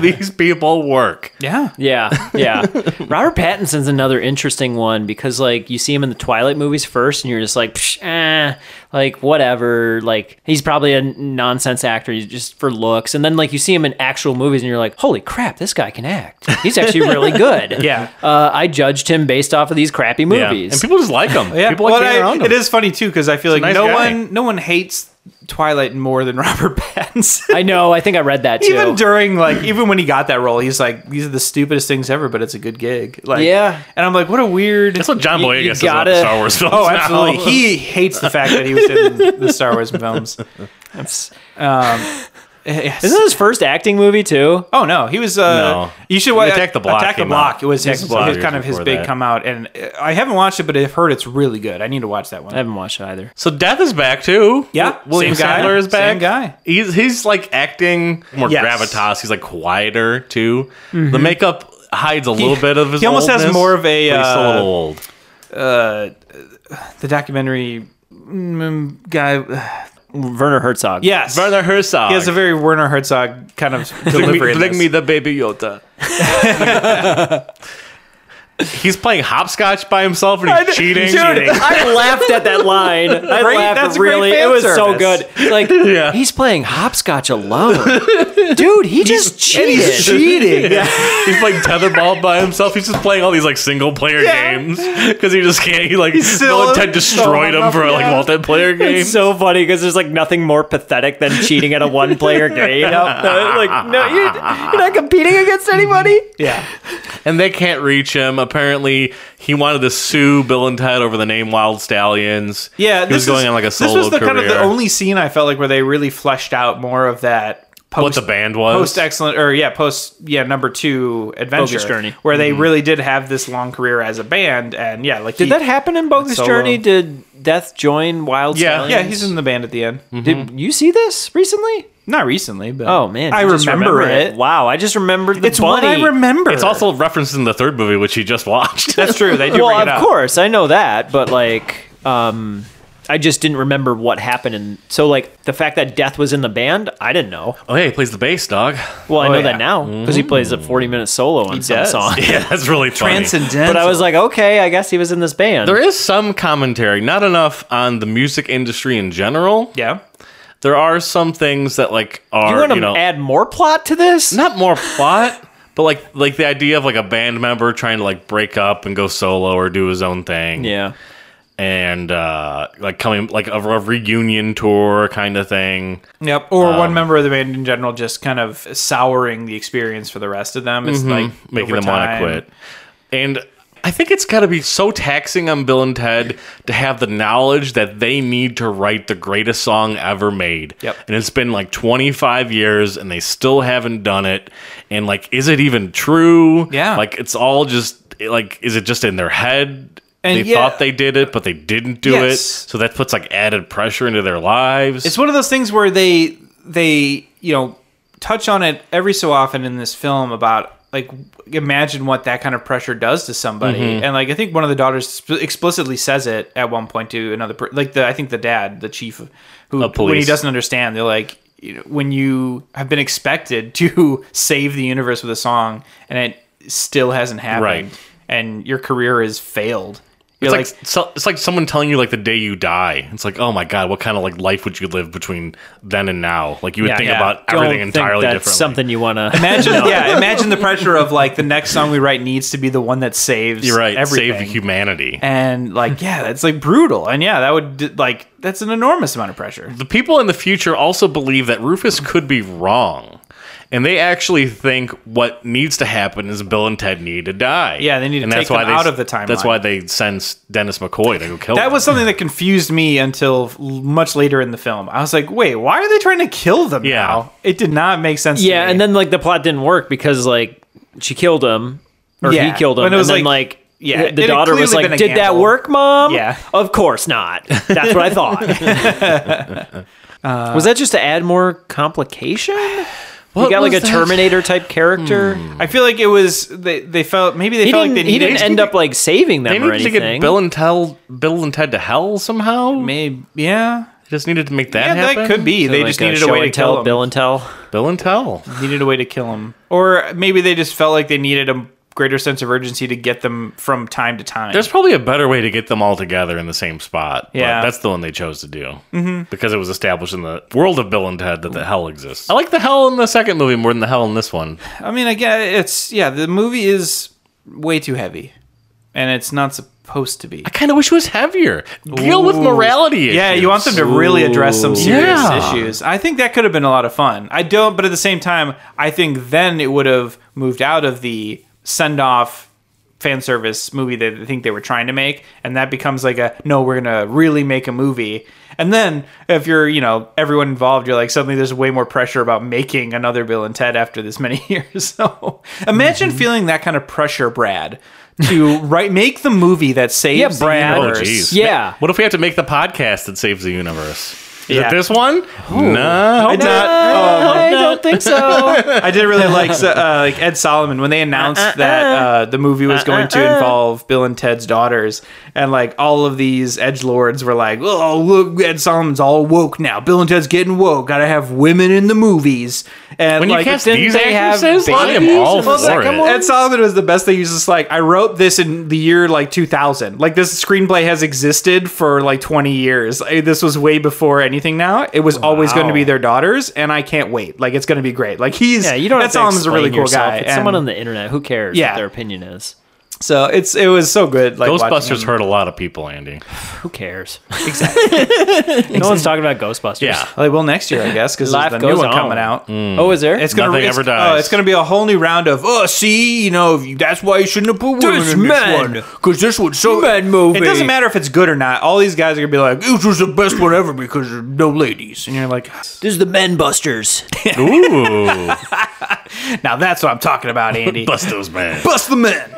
S1: These people work.
S3: yeah.
S2: Yeah, yeah. Robert Pattinson's another interesting one because like you see him in the Twilight movies first, and you're just like, Psh, eh, like whatever. Like he's probably a nonsense actor. He's just for looks, and then like you see him in actual movies, and you're like, holy crap, this guy can act. He's actually really good.
S3: Yeah.
S2: Uh, I judged him based off of these crappy
S1: Yeah.
S2: movies.
S1: And people just like him.
S3: Yeah,
S1: People like
S3: well,
S1: being
S3: I-
S1: around him.
S3: It is funny too because I feel like
S1: nice
S3: no
S1: guy.
S3: one, no one hates Twilight more than Robert Pattinson.
S2: I know. I think I read that too.
S3: even during like, even when he got that role, he's like, "These are the stupidest things ever," but it's a good gig. Like,
S2: Yeah.
S3: and I'm like, what a weird.
S1: That's what John
S2: You-
S1: Boyega
S2: you
S1: says about the
S2: gotta-
S1: Star Wars films.
S3: Oh,
S1: now.
S3: absolutely. He hates the fact that he was in the Star Wars films. That's, um, yes.
S2: Isn't that his first acting movie too?
S3: Oh no, he was. Uh,
S1: No.
S3: You should
S1: I think Attack the Block
S3: Attack the
S1: came
S3: block.
S1: out.
S3: It was
S1: Attack
S3: his,
S1: the Block
S3: his
S1: years
S3: kind of his
S1: before
S3: big
S1: that.
S3: come out, and uh, I haven't watched it, but I've heard it's really good. I need to watch that one.
S2: I haven't watched it either.
S1: So Death is back too.
S3: Yeah,
S1: William
S3: same guy,
S1: Sadler is back.
S3: same guy.
S1: He's he's like acting more
S3: Yes. Mm-hmm.
S1: gravitas. He's like quieter too. The makeup hides a little bit of his.
S3: he almost has
S1: oldness,
S3: more of a,
S1: but He's still a little
S3: uh,
S1: old.
S3: the documentary mm, guy.
S2: Werner Herzog.
S3: Yes,
S1: Werner Herzog.
S3: He has a very Werner Herzog kind of
S1: Bring me-
S3: delivery. in
S1: bring
S3: this.
S1: me the baby Yoda. he's playing hopscotch by himself and he's cheating.
S3: Dude,
S2: I laughed at that line. I
S3: Great-
S2: laughed
S3: that's great
S2: really.
S3: fan
S2: It was so
S3: service.
S2: good. Like he's playing hopscotch alone, dude. He just cheated.
S1: cheating. He's playing tetherball by himself. He's just playing all these like single player
S3: Yeah.
S1: games because he just can't. He like
S3: still-
S1: Bill and Ted destroyed
S3: still
S1: him for like
S3: yeah.
S1: multiplayer
S2: It's
S1: games.
S2: so funny because there's like nothing more pathetic than cheating at a one-player game. like no, you're, you're not competing against anybody.
S3: yeah,
S1: and they can't reach him. Apparently, he wanted to sue Bill and Ted over the name Wild Stallions.
S3: yeah.
S1: he was going on like a solo
S3: This was the
S1: career.
S3: kind of the only scene I felt like where they really fleshed out more of that. Post,
S1: what the band was.
S3: post excellent or yeah post yeah number two adventure
S2: Bogus Journey.
S3: where they
S1: Mm-hmm.
S3: really did have this long career as a band and yeah like
S2: Did that happen in Bogus
S3: Solo.
S2: Journey? Did Death join Wild?
S1: Yeah.
S2: Stallions?
S3: yeah he's in the band at the end
S1: Mm-hmm.
S2: Did you see this recently?
S3: not recently but
S2: Oh man,
S3: I
S2: you just
S3: remember, it,
S2: Wow, I just remembered the
S3: it's
S2: bunny.
S3: what I remember
S1: it's also referenced in the third movie, which he just watched.
S3: that's true they do
S2: well,
S3: bring
S2: of
S3: it up.
S2: course, I know that, but like, um, I just didn't remember what happened, and so like the fact that Death was in the band, I didn't know.
S1: oh, hey, he plays the bass, dog.
S2: Well, I
S3: Oh,
S2: know
S3: yeah.
S2: that now because he plays a forty-minute solo on some
S3: does.
S2: song.
S1: Yeah, that's really funny.
S3: transcendental
S2: But I was like, okay, I guess he was in this band.
S1: There is some commentary, not enough on the music industry in general.
S3: yeah
S1: There are some things that like
S2: you
S1: are
S2: want
S1: you,
S2: to
S1: know
S2: add more plot to this?
S1: not more plot, but like like the idea of like a band member trying to like break up and go solo or do his own thing.
S2: Yeah,
S1: and uh like coming like a, a reunion tour kind of thing.
S3: Yep. Or
S1: Um,
S3: one member of the band in general just kind of souring the experience for the rest of them. It's like
S1: mm-hmm. making
S3: over
S1: them want to
S3: time.
S1: quit. And I think it's got to be so taxing on Bill and Ted to have the knowledge that they need to write the greatest song ever made.
S3: Yep.
S1: And it's been like 25 years and they still haven't done it. And like, is it even true?
S3: Yeah.
S1: Like, it's all just like, is it just in their head?
S3: And
S1: they
S3: yeah-
S1: thought they did it, but they didn't do it.
S3: Yes.
S1: So that puts like added pressure into their lives.
S3: It's one of those things where they they you know touch on it every so often in this film about like imagine what that kind of pressure does to somebody
S1: Mm-hmm.
S3: and like i think one of the daughters sp- explicitly says it at one point to another per- like the i think the dad the chief who
S1: Of
S3: when he
S1: police.
S3: doesn't understand they're like you know, when you have been expected to save the universe with a song and it still hasn't happened
S1: Right.
S3: and your career has failed
S1: It's
S3: You're
S1: like,
S3: like,
S1: so, it's like someone telling you like the day you die. It's like, oh my god, what kind of like life would you live between then and now? Like you would think
S2: yeah.
S1: about
S2: Don't
S1: everything
S2: think
S1: entirely
S2: that's
S1: differently.
S2: Something you want to
S3: imagine, yeah, imagine the pressure of like the next song we write needs to be the one that saves.
S1: You're right.
S3: Everything.
S1: Save humanity.
S3: and like, yeah, that's like brutal. And yeah, that would like that's an enormous amount of pressure.
S1: the people in the future also believe that Rufus could be wrong. And they actually think what needs to happen is Bill and Ted need to die.
S3: Yeah, they need to
S1: and
S3: take them out of the
S1: That's
S3: timeline.
S1: why they send Dennis McCoy to go kill
S3: That
S1: them.
S3: was something that confused me until f- much later in the film. I was like, wait, why are they trying to kill them
S1: Yeah.
S3: now? It did not make sense. to
S2: Yeah,
S3: me.
S2: and then like the plot didn't work because like she killed him or
S3: Yeah,
S2: he killed him,
S3: when it was,
S2: and then
S3: like-
S2: like.
S3: yeah,
S2: the- the
S3: it had
S2: daughter was
S3: clearly
S2: like,
S3: been a
S2: "Did that
S3: gamble."
S2: work, mom?
S3: Yeah.
S2: of course not. That's what I thought. was that just to add more complication? you got like a
S1: was that?
S2: Terminator type character.
S3: I feel like it was they they felt maybe they
S2: He
S3: felt
S2: didn't.
S3: like they
S2: he
S3: needed
S2: didn't end up like saving them
S1: they
S2: or
S1: needed to get
S2: anything.
S1: Bill and Ted, Bill and Ted to hell somehow.
S3: maybe yeah
S1: They just needed to make that
S3: yeah
S1: happen.
S3: that could be
S2: So,
S3: they
S2: like,
S3: just
S2: a
S3: needed a
S2: show
S3: way to
S2: and tell
S3: kill him.
S2: Bill and tell.
S1: Bill and Ted.
S3: needed a way to kill him or maybe they just felt like they needed a greater sense of urgency to get them from time to time.
S1: There's probably a better way to get them all together in the same spot. but
S3: Yeah.
S1: that's the one they chose to do mm-hmm. because it was established in the world of Bill and Ted that the hell exists. I like the hell in the second movie more than the hell in this one.
S3: I mean, again, it's yeah. The movie is way too heavy, and it's not supposed to be.
S1: I kind of wish it was heavier. Deal with morality.
S3: Yeah,
S1: issues.
S3: you want them to really address some serious
S1: Yeah.
S3: issues. I think that could have been a lot of fun. I don't, but at the same time, I think then it would have moved out of the send off fan service movie that I think they were trying to make, and that becomes like a no, we're gonna really make a movie. And then if you're, you know, everyone involved, you're like suddenly there's way more pressure about making another Bill and Ted after this many years. So imagine
S1: Mm-hmm.
S3: feeling that kind of pressure, Brad. to right make the movie that saves
S2: Yeah,
S3: the
S2: Brad.
S1: Oh,
S3: universe.
S1: jeez.
S2: Yeah.
S1: What if we have to make the podcast that saves the universe? Is
S3: Yeah.
S1: it this one? No.
S3: I
S1: hope
S3: not-
S2: Oh, I don't think so.
S3: I did really like so- uh, like Ed Solomon when they announced that uh, the movie was going to involve Bill and Ted's daughters, and like all of these edge lords were like, "Oh, look, Ed Solomon's all woke now. Bill and Ted's getting woke. Gotta have women in the movies." And
S1: When you
S3: like,
S1: cast
S3: didn't
S1: these
S3: they have
S1: actresses, I am
S3: babies?
S1: all
S3: And I was
S1: for
S3: like,
S1: it.
S3: "Come on." Ed Solomon was the best thing. He's just like, "I wrote this in the year like 2000. Like this screenplay has existed for like 20 years. Like, This was way before anything. Now it was always going to be their daughters, and I can't wait. Like it's going to be great. Like he's
S2: yeah, you don't.
S3: Ed
S2: have to
S3: Solomon's a really
S2: explain
S3: cool
S2: yourself.
S3: guy.
S2: It's someone
S3: and
S2: on the internet. Who cares?
S3: Yeah.
S2: what their opinion is.
S3: so it's it was so good. Like watching
S1: Ghostbusters
S3: him.
S1: hurt a lot of people, Andy.
S2: Who cares? Exactly. no one's talking about Ghostbusters.
S1: Yeah.
S3: Like well, next year I guess because
S2: Life
S3: the new
S2: goes
S3: one
S2: on.
S3: coming out.
S2: Oh, is there?
S3: It's gonna
S1: Nothing
S3: it's,
S1: ever dies.
S3: oh, it's gonna be a whole new round of oh, see, you know, you- that's why you shouldn't have put women
S2: This
S3: in
S2: man.
S3: this one because this one's so
S2: Man movie.
S3: It doesn't matter if it's good or not. All these guys are gonna be like, it was the best one ever because there's no ladies, and you're like,
S2: this is the Men Busters.
S1: Ooh.
S3: now that's what I'm talking about, Andy.
S1: Bust those man.
S3: Bust the men,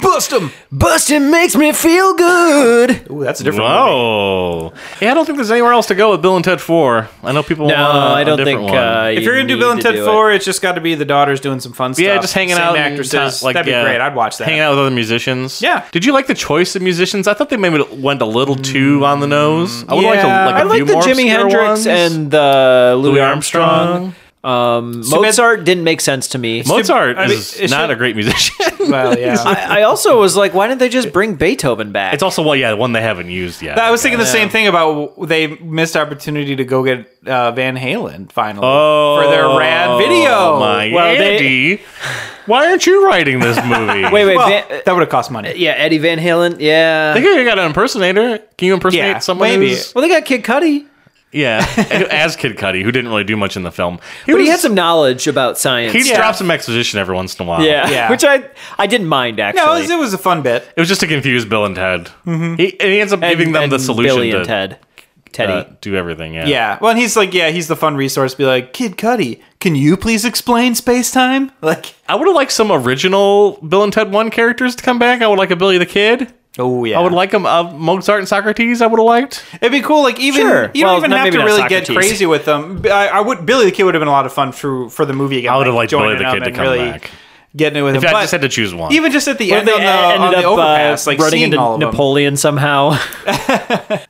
S3: bust them.
S2: Busting makes me feel good.
S3: Ooh, that's a different. one.
S1: Whoa. Yeah, I don't think there's anywhere else to go with Bill and Ted 4. I know people
S2: No,
S1: want
S2: I don't
S1: a different
S2: think.
S1: one.
S2: Uh,
S3: If you're gonna do Bill and Ted Four, it's just got to be the daughters doing some fun stuff.
S1: yeah, just hanging
S3: Same
S1: out, and
S3: Actresses,
S1: just, like
S3: that'd be
S1: yeah,
S3: great. I'd watch that.
S1: Hanging out with other musicians.
S3: Yeah.
S1: Did you like the choice of musicians? I thought they maybe went a little too on the nose. I would like to
S3: Yeah.
S1: like a
S2: I like
S1: few
S2: the
S1: more
S2: Jimi
S1: obscure
S2: Hendrix
S1: ones.
S2: and the Louis,
S1: Louis
S2: Armstrong. Um, Mozart didn't make sense to me.
S1: Mozart
S3: I mean,
S1: is
S3: it
S1: not
S3: should-
S1: a great musician.
S3: Well, yeah.
S2: I, I also was like, why didn't they just bring Beethoven back?
S1: it's also well, yeah, one they haven't used yet.
S3: I was thinking the
S1: guess.
S3: same thing about they missed opportunity to go get uh, Van Halen finally
S1: oh,
S3: for their rad video.
S1: My
S2: Well, they-
S1: Andy, why aren't you writing this movie?
S2: wait, wait,
S3: Well,
S2: Van, uh,
S3: that would have cost money.
S2: yeah, Eddie Van Halen, yeah.
S1: I think you got an impersonator. Can you impersonate
S3: Yeah,
S1: someone?
S3: maybe.
S1: who's-
S2: well, they got Kid Cudi,
S1: yeah, as Kid Cudi, who didn't really do much in the film. He
S2: but he
S1: was-
S2: had some knowledge about science.
S1: He dropped some exposition every once in a while.
S2: yeah,
S3: Yeah.
S2: which I I didn't mind actually.
S3: No, it was, it was a fun bit.
S1: It was just to confuse Bill and Ted. He, and he ends up giving them the
S2: and
S1: solution
S2: Billy
S1: to
S2: and Ted, Teddy.
S1: uh, do everything. Yeah.
S3: Yeah. Well, and he's like, yeah, he's the fun resource. Be like, Kid Cudi, can you please explain space time? Like,
S1: I would have liked some original Bill and Ted One characters to come back. I would like a Billy the Kid.
S3: oh yeah, Mm-hmm.
S1: I would like him uh, Mozart and Socrates. I would have liked.
S3: It'd be cool. Like even
S2: Sure.
S3: you don't
S2: Well,
S3: even
S2: not-
S3: have
S2: maybe
S3: to
S2: not
S3: really get
S2: Socrates.
S3: crazy with them. B- I, I would Billy the Kid would have been a lot of fun for for the movie again.
S1: I would have
S3: like,
S1: liked Billy
S3: joining
S1: the
S3: them
S1: Kid to
S3: and
S1: come back.
S3: getting it with
S1: If
S3: him.
S1: I
S3: But
S1: just had to choose one.
S3: even just at the
S2: Or
S3: end
S2: they
S3: on the,
S2: ended
S3: on the
S2: up uh,
S3: overpass, like
S2: running
S3: seeing all
S2: into
S3: of them.
S2: Napoleon somehow.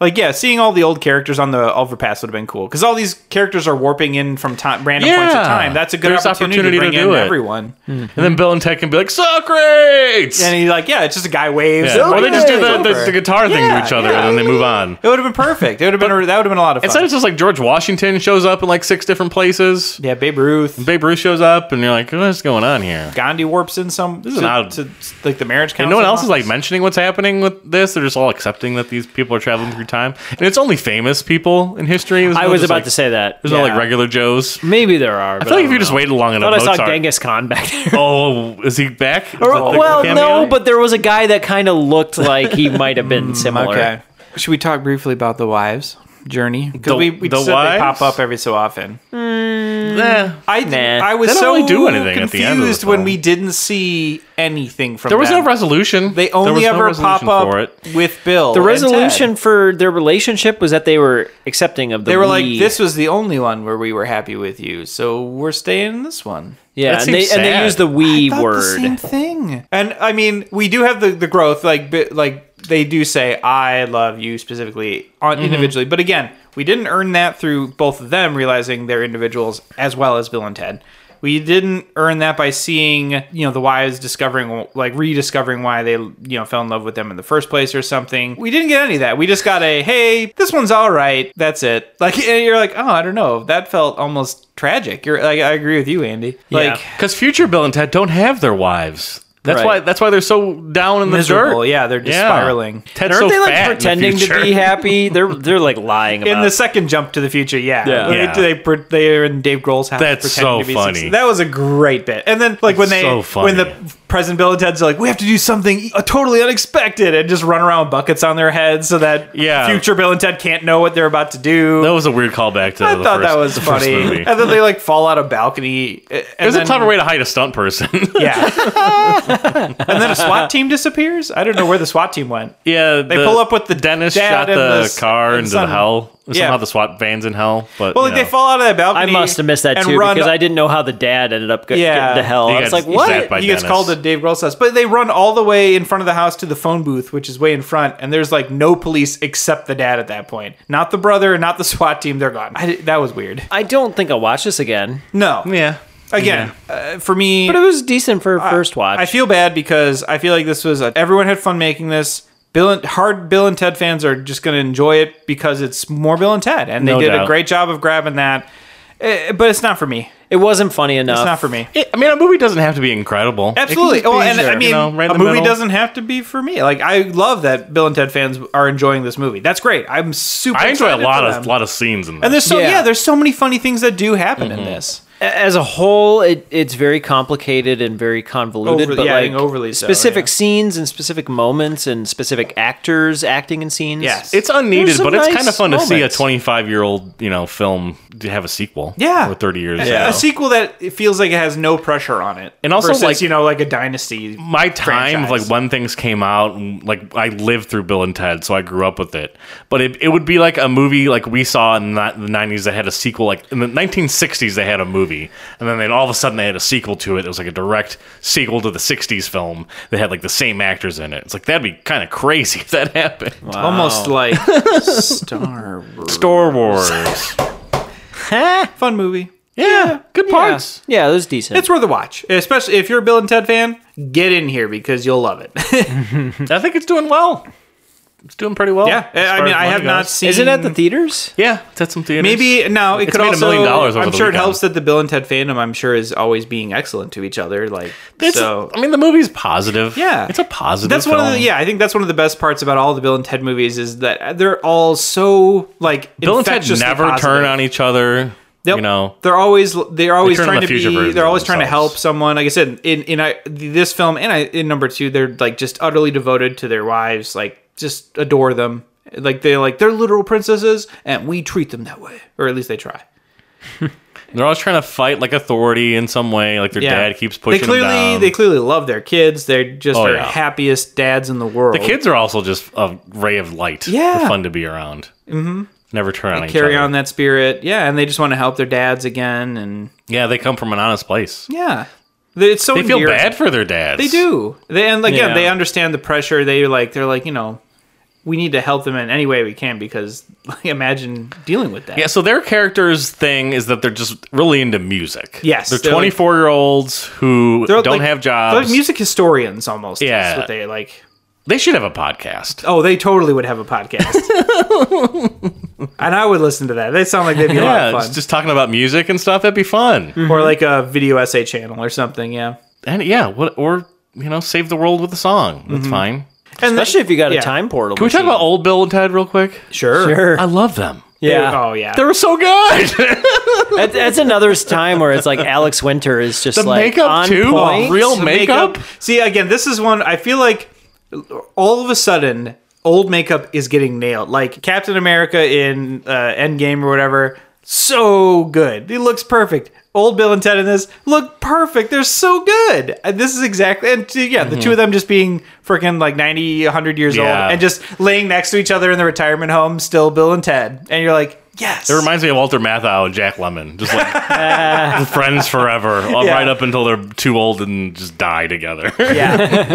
S3: Like yeah, seeing all the old characters on the overpass would have been cool because all these characters are warping in from time, random points of
S1: Yeah.
S3: time. That's a good
S1: There's
S3: opportunity,
S1: opportunity
S3: to bring
S1: to
S3: in
S1: do it.
S3: everyone.
S1: and then Bill and Ted can be like, Socrates!
S3: And he's like, yeah, it's just a guy waves.
S1: Yeah. Or they just do the,
S3: It's
S1: the,
S3: over.
S1: the guitar thing
S3: Yeah,
S1: to each other
S3: yeah.
S1: and then they move on.
S3: It would have been perfect. It would have been a, that would have been a lot of fun.
S1: Instead, it's just like George Washington shows up in like six different places.
S3: yeah, Babe Ruth,
S1: Babe Ruth shows up, and you're like, what's going on here?
S3: Gandhi warps in some. This
S1: is
S3: to,
S1: an odd-
S3: to, like the marriage.
S1: And
S3: Council
S1: no one else is like
S3: office.
S1: mentioning what's happening with this. They're just all accepting that these people are traveling through time, and it's only famous people in history. There's
S2: I
S1: no
S2: was
S1: just,
S2: about
S1: like-
S2: to say that.
S1: There's no
S3: yeah.
S1: like regular Joes. I
S2: Maybe there are. but I
S1: feel like if
S2: don't
S1: you just
S2: know.
S1: waited long enough,
S2: I thought I saw
S1: Mozart-
S2: Genghis Khan back there.
S1: Oh, is he back? Is that the
S2: well,
S1: cameo?
S2: no, but there was a guy that kind of looked like he might have been similar.
S3: Hmm, Okay. Should we talk briefly about the wives journey? Because
S1: The-
S3: we, we
S1: the
S3: said they
S1: wives?
S3: pop up every so often.
S1: Nah.
S3: I I was
S1: They don't
S3: so
S1: really do anything at the end of the
S3: confused when
S1: film.
S3: we didn't see anything from
S1: there was
S3: them.
S1: no resolution.
S3: They
S1: There was
S3: only
S1: no
S3: ever pop
S1: resolution for
S3: up
S1: it.
S3: with Bill.
S2: The
S3: and
S2: resolution
S3: Ted.
S2: for their relationship was that they were accepting of the.
S3: They were
S2: we.
S3: like, "This was the only one where we were happy with you, so we're staying in this one."
S2: Yeah,
S1: That
S2: and they,
S1: seems
S2: and they
S1: sad.
S2: used the we
S3: thought
S2: word.
S3: The same thing. And I mean, we do have the the growth, like bi- like they do say, "I love you" specifically on individually, but again, we didn't earn that through both of them realizing they're individuals as well as Bill and Ted. We didn't earn that by seeing, you know, the wives discovering, like rediscovering why they, you know, fell in love with them in the first place or something. We didn't get any of that. We just got a, hey, this one's all right. That's it. Like, and you're like, oh, I don't know. That felt almost tragic. You're like, I agree with you, Andy. Like,
S1: Because future Bill and Ted don't have their wives. That's
S2: Right.
S1: why. That's why they're so down in the
S3: miserable.
S1: dirt.
S3: Yeah, they're just
S1: Yeah.
S3: spiraling.
S1: Ted's
S2: Aren't
S1: so
S2: they like
S1: fat in the
S2: pretending to
S1: future.
S2: be happy? They're they're like lying about
S3: In the second jump to the future, yeah,
S2: Yeah.
S3: Like,
S1: Yeah.
S3: They, pre- they are in Dave Grohl's house.
S1: That's
S3: pretending
S1: so
S3: to be
S1: funny.
S3: 16. That was a great bit. And then like when
S1: That's
S3: they
S1: so funny.
S3: when the present Bill and Ted's are like, we have to do something uh, totally unexpected, and just run around with buckets on their heads so that
S1: Yeah.
S3: future Bill and Ted can't know what they're about to do.
S1: That was a weird callback to.
S3: I
S1: the
S3: thought
S1: first,
S3: that was
S1: the first
S3: funny.
S1: movie.
S3: And then they like fall out of balcony. uh, And
S1: It was
S3: then,
S1: a clever way to hide a stunt person.
S3: Yeah. and then a SWAT team disappears. I don't know where the SWAT team went.
S1: yeah, they
S3: pull up with the
S1: dentist
S3: dad
S1: shot
S3: and the
S1: the,
S3: s-
S1: car
S3: and
S1: into
S3: son.
S1: the hell.
S3: Yeah.
S1: Somehow the SWAT van's in hell, but
S3: Well, like
S1: you
S3: they fall out of that
S2: I
S3: balcony.
S2: must have missed that
S3: and
S2: too
S3: run-
S2: because I didn't know how the dad ended up get,
S3: Yeah.
S2: getting to hell.
S1: He
S2: I was
S1: got
S2: like, what?
S1: zapped by
S3: he gets
S1: Dennis.
S3: called to Dave Grohl's house, but they run all the way in front of the house to the phone booth, which is way in front, and there's like no police except the dad at that point. Not the brother, not the SWAT team. They're gone. I, that was weird.
S2: I don't think I'll watch this again.
S3: No.
S1: know. yeah.
S3: Again, uh, for me,
S2: But it was decent for a first watch.
S3: I feel bad because I feel like this was a, everyone had fun making this. Bill and hard Bill and Ted fans are just going to enjoy it because it's more Bill and Ted, and they
S1: No
S3: did a
S1: doubt.
S3: great job of grabbing that. Eh, but it's not for me.
S2: it wasn't funny enough.
S3: It's not for me.
S1: It- I mean, a movie doesn't have to be incredible. It can
S3: Absolutely.
S1: just be,
S3: Well, and I
S1: you
S3: mean,
S1: know, right in
S3: a
S1: the
S3: movie
S1: middle.
S3: doesn't have to be for me. Like, I love that Bill and Ted fans are enjoying this movie. That's great. I'm super.
S1: I enjoy a
S3: excited
S1: lot
S3: for
S1: of
S3: them.
S1: lot of scenes in
S3: And
S1: this.
S3: there's so yeah.
S2: Yeah.
S3: there's so many funny things that do happen
S1: Mm-hmm.
S3: in this.
S2: as a whole, it, it's very complicated and very convoluted.
S3: Over-
S2: but
S3: yeah, I
S2: like
S3: think overly so,
S2: specific
S3: yeah.
S2: scenes and specific moments and specific actors acting in scenes.
S3: Yes.
S1: It's unneeded,
S2: some
S1: but it's
S2: nice
S1: kind of fun to see a
S2: moments.
S1: 25 year old you know film to have a sequel.
S3: Yeah.
S1: or 30 years.
S3: A-
S1: ago.
S3: A sequel that it feels like it has no pressure on it,
S1: And also,
S3: versus,
S1: like-
S3: you know, like a dynasty.
S1: my time of,
S3: franchise.
S1: like when things came out and, like i lived through bill and ted so i grew up with it but it, it would be like a movie like we saw in the the 90s that had a sequel like in the 1960s they had a movie and then they all of a sudden they had a sequel to it it was like a direct sequel to the 60s film that had like the same actors in it it's like that'd be kind of crazy if that happened
S3: Almost like Star Wars.
S1: star wars
S3: Fun movie.
S1: yeah good parts
S2: yeah, it was decent.
S3: It's worth a watch, especially if you're a Bill and Ted fan. Get in here because you'll love it.
S1: i think it's doing well it's doing pretty well
S3: yeah,
S1: as
S3: I
S1: far as
S3: mean, I
S1: money
S3: have not
S1: goes.
S3: seen.
S2: is it at the theaters?
S1: yeah it's at some theaters
S3: Maybe no, it
S1: It's
S3: could
S1: made a
S3: also.
S1: million dollars over
S3: I'm
S1: the
S3: sure it
S1: weekend.
S3: helps that the Bill and Ted fandom, I'm sure, is always being excellent to each other. Like
S1: It's,
S3: so,
S1: I mean, the movie's positive.
S3: yeah,
S1: it's a positive.
S3: That's one of the
S1: film.
S3: yeah. I think that's one of the best parts about all the Bill and Ted movies is that they're all so like
S1: Bill and Ted
S3: infectiously
S1: never
S3: positive.
S1: turn on each other.
S3: Yep.
S1: You know,
S3: they're always they're always
S1: They turn on
S3: trying to
S1: the future
S3: be
S1: versions
S3: they're
S1: of
S3: always trying to
S1: themselves.
S3: help someone. Like I said, in in I, this film and I, in number two, they're like just utterly devoted to their wives. Like just adore them. Like they're like they're literal princesses, and we treat them that way, or at least they try.
S1: they're always trying to fight like authority in some way. Like their dad keeps pushing
S3: They clearly,
S1: them down.
S3: they clearly love their kids. They're just
S1: Oh,
S3: their
S1: yeah.
S3: happiest dads in the world.
S1: the kids are also just a ray of light.
S3: Yeah.
S1: They're fun to be around. Mm-hmm. Never turn on each
S3: carry
S1: other.
S3: on that spirit, yeah, and they just want to help their dads again, and
S1: Yeah, they come from an honest place.
S3: yeah, It's so
S1: They feel
S3: endearing.
S1: bad for their dads.
S3: They do. They and again,
S2: Yeah.
S3: they understand the pressure. They like they're like you know, we need to help them in any way we can because like, imagine dealing with that.
S1: Yeah, so their character's thing is that they're just really into music.
S3: Yes,
S1: They're
S3: they're like-
S1: 24 year olds who
S3: They're,
S1: don't
S3: like-
S1: have
S3: They're
S1: jobs.
S3: like music historians almost. is
S1: Yeah.
S3: what they like.
S1: They should have a podcast.
S3: Oh, they totally would have a podcast. and I would listen to that. They sound like they'd be a lot
S1: yeah,
S3: of fun.
S1: it's just talking about music and stuff. That'd be fun.
S2: Mm-hmm.
S3: or like a video essay channel or something. Yeah.
S1: And yeah, what or you know, save the world with a song.
S3: Mm-hmm.
S1: That's fine.
S3: And
S2: Especially if you got
S3: yeah.
S2: a time portal.
S1: Can we talk about old Bill and Ted real quick?
S3: sure.
S2: Sure.
S1: I love them.
S2: Yeah.
S3: Oh yeah.
S1: They were so good.
S2: That- that's another time where it's like Alex Winter is just
S1: The
S2: like
S1: makeup,
S2: on
S1: too?
S2: point.
S1: Real
S3: The
S1: makeup?
S3: See, again, this is one I feel like all of a sudden old makeup is getting nailed. Like Captain America in uh, Endgame or whatever, so good. He looks perfect. Old Bill and Ted in this look perfect. They're so good. And this is exactly and t- yeah, the two
S2: Mm-hmm.
S3: of them just being freaking like 90, 100 years
S1: Yeah.
S3: old and just laying next to each other in the retirement home, still Bill and Ted. And you're like, yes.
S1: it reminds me of Walter Matthau and Jack Lemon. Just like friends forever, all
S3: Yeah.
S1: right up until they're too old and just die together.
S3: yeah.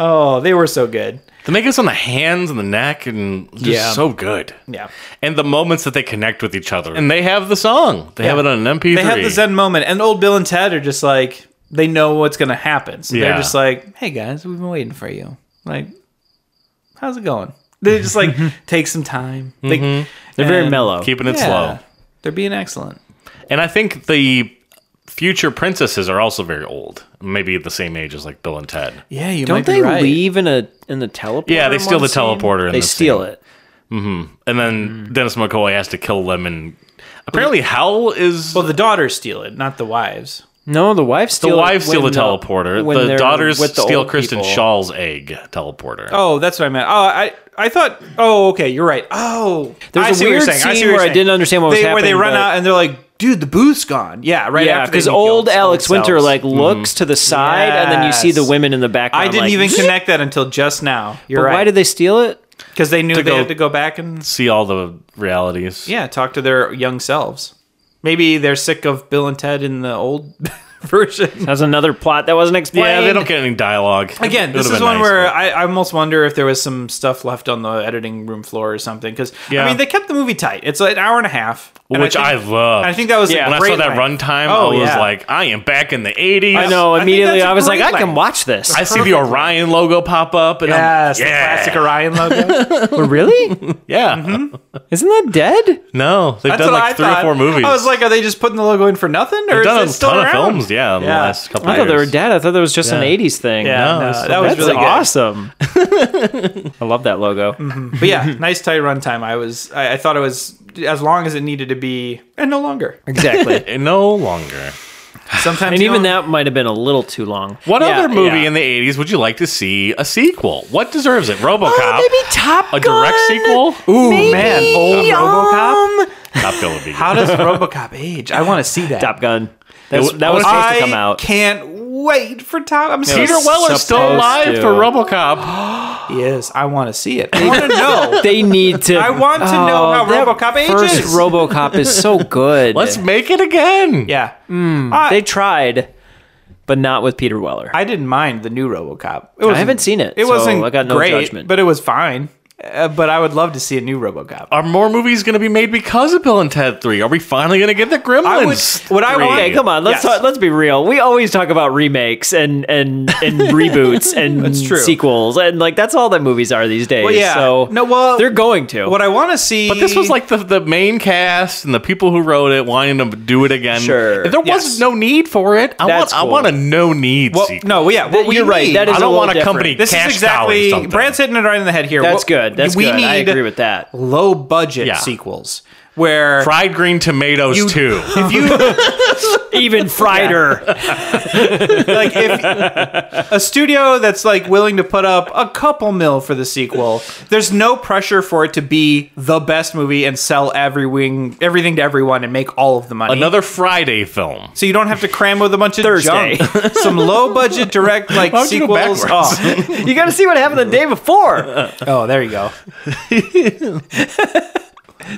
S3: oh, they were so good.
S1: the makeup's on the hands and the neck and just
S3: Yeah.
S1: so good.
S3: Yeah.
S1: and the moments that they connect with each other. And they have the song. They have it on an MP3.
S3: they have the Zen moment, and old Bill and Ted are just like they know what's gonna happen, so
S1: Yeah.
S3: they're just like, "Hey guys, we've been waiting for you. Like, how's it going?" They just like take some time. They,
S2: They're very
S3: and-
S2: mellow.
S1: keeping it
S3: Yeah.
S1: slow.
S3: They're being excellent.
S1: And I think the future princesses are also very old, maybe the same age as like Bill and Ted.
S3: Yeah, you
S2: Don't
S3: might be
S2: they
S3: right.
S2: leave in a in the teleporter?
S1: Yeah, they
S2: in
S1: steal
S2: one
S1: the
S2: scene?
S1: teleporter in
S2: They
S1: this
S2: steal
S1: scene.
S2: it.
S1: And then
S3: Mm-hmm.
S1: Dennis McCoy has to kill them. And apparently, Hal is
S3: Well, the daughters steal it, not the wives.
S2: No, the wives steal.
S1: the
S2: it
S1: wives steal the
S2: when
S1: teleporter.
S2: when
S1: The
S2: they're
S1: daughters
S2: with the
S1: steal
S2: old
S1: Kristen
S2: people.
S1: Shaw's egg teleporter.
S3: Oh, that's what I meant. Oh, I I thought. Oh, okay, you're right. Oh,
S2: There's
S3: I
S2: a
S3: see what you're
S2: weird
S3: saying. I see
S2: scene
S3: what you're
S2: where I
S3: saying.
S2: didn't understand what was
S3: they, Where they
S2: happening,
S3: run
S2: but-
S3: out and they're like, "Dude, the booth's gone." Yeah, right.
S2: Yeah,
S3: after they
S2: because
S3: meet the
S2: old Alex
S3: selves.
S2: Winter like looks to the side, and then you see the
S3: Yes.
S2: women in the background.
S3: I didn't
S2: like,
S3: even connect that until just now. You're
S2: But
S3: right.
S2: why did they steal it?
S3: Because they knew they
S1: go-
S3: had to go back and
S1: See all the realities.
S3: yeah, talk to their young selves. Maybe they're sick of Bill and Ted in the old version.
S2: That's another plot that wasn't explained.
S1: Yeah, they don't get any dialogue.
S3: Again,
S1: It
S3: this
S1: would've
S3: is
S1: been
S3: one
S1: nice,
S3: where
S1: but-
S3: I, I almost wonder if there was some stuff left on the editing room floor or something. Because
S1: Yeah.
S3: I mean, they kept the movie tight. It's like an hour and a half, and
S1: which I,
S3: think-
S1: love.
S3: I think that was a
S2: Yeah.
S1: when I
S3: great
S1: saw that
S3: length.
S1: runtime,
S3: Oh,
S1: I was
S3: yeah.
S1: like, I am back in the 80s.
S2: I know.
S3: I think
S2: Immediately,
S3: that's a
S2: I, was like,
S3: great
S2: I can
S3: length.
S2: watch this.
S1: I see the Orion logo pop up, and
S3: Yes,
S1: I'm, yeah,
S3: the classic Mm-hmm. Orion logo.
S2: really?
S1: yeah.
S2: Isn't that dead?
S1: No, they've
S3: That's
S1: done
S3: what
S1: like
S3: I
S1: three
S3: thought.
S1: or four movies.
S3: I was like, are they just putting the logo in for nothing, or
S1: they've
S3: is
S1: done
S3: it
S1: a
S3: still
S1: ton
S3: around?
S1: of films, yeah, in the
S3: Yeah.
S1: last couple.
S2: I thought they were
S1: years.
S2: dead. I thought that was just an '80s thing.
S3: Yeah,
S1: No,
S3: no,
S1: it's-
S3: that was
S2: That's
S3: really good.
S2: awesome. I love that logo.
S3: But yeah, nice tight runtime. I was, I, I thought it was as long as it needed to be, and no longer.
S2: Exactly.
S1: Eh, No longer.
S3: Sometimes
S2: and
S3: you
S2: even
S3: don't-
S2: that might have been a little too long.
S1: What
S2: Yeah,
S1: other movie
S2: yeah.
S1: in the '80s would you like to see a sequel? What deserves it? RoboCop.
S2: Oh, maybe Top
S1: a direct
S2: Gun?
S1: sequel.
S3: Ooh man, old RoboCop.
S1: Top Gun would be.
S3: How
S1: Good.
S3: does RoboCop age? I want to see that.
S2: Top Gun. That's,
S1: It w-
S2: that was supposed
S3: I
S2: to come out.
S3: can't wait for Top. I'm
S1: Peter
S3: serious.
S1: Weller's still
S2: supposed
S1: alive
S2: to.
S1: for RoboCop.
S3: Yes, I want to see it. I want to know.
S2: They need to. Oh,
S3: I want to know how RoboCop ages.
S2: First RoboCop is so good.
S1: Let's make it again.
S3: yeah,
S2: They tried, but not with Peter Weller. I,
S3: I didn't mind the new RoboCop. It was,
S2: haven't seen it.
S3: It
S2: so
S3: wasn't
S2: I got no
S3: great,
S2: judgment.
S3: but it was fine. Uh, but I would love to see a new RoboCop.
S1: Are more movies going to be made because of Bill and Ted Three? Are we finally going to get the Gremlins?
S3: I would. What I
S1: three?
S3: want.
S2: Okay, come on. Let's
S3: Yes.
S2: talk, let's be real. We always talk about remakes and and and reboots and
S3: true.
S2: sequels and like that's all that movies are these days.
S3: Well, yeah.
S2: So
S3: No, well,
S2: they're going to.
S3: What I want to see.
S1: But this was like the, the main cast and the people who wrote it wanting to do it again.
S2: Sure.
S1: There was
S3: Yes.
S1: no need for it. I
S2: That's
S1: want I
S2: cool.
S1: want a no need
S3: Well,
S1: sequel.
S3: no, well, yeah. What we
S2: You're right.
S3: need-
S2: That is
S1: I don't
S2: a
S1: want a
S2: little
S1: company
S2: different.
S3: This
S1: cash
S3: is
S1: cow or
S3: exactly.
S1: something.
S3: Brand's hitting it right in the head here.
S2: That's
S3: What-
S2: good. That's
S3: we
S2: good.
S3: Need
S2: I agree with that.
S3: Low budget
S1: Yeah.
S3: sequels where
S1: fried green tomatoes
S3: You-
S1: too.
S3: if you
S2: Even Frieder.
S3: like if a studio that's like willing to put up a couple mil for the sequel, there's no pressure for it to be the best movie and sell every wing, everything to everyone and make all of the money.
S1: Another Friday film.
S3: so you don't have to cram with a bunch of
S2: Thursday.
S3: junk. Some low budget direct like
S1: Why would you go
S3: sequels.
S1: backwards?
S3: Oh.
S2: You got to see what happened the day before.
S3: Oh, there you go.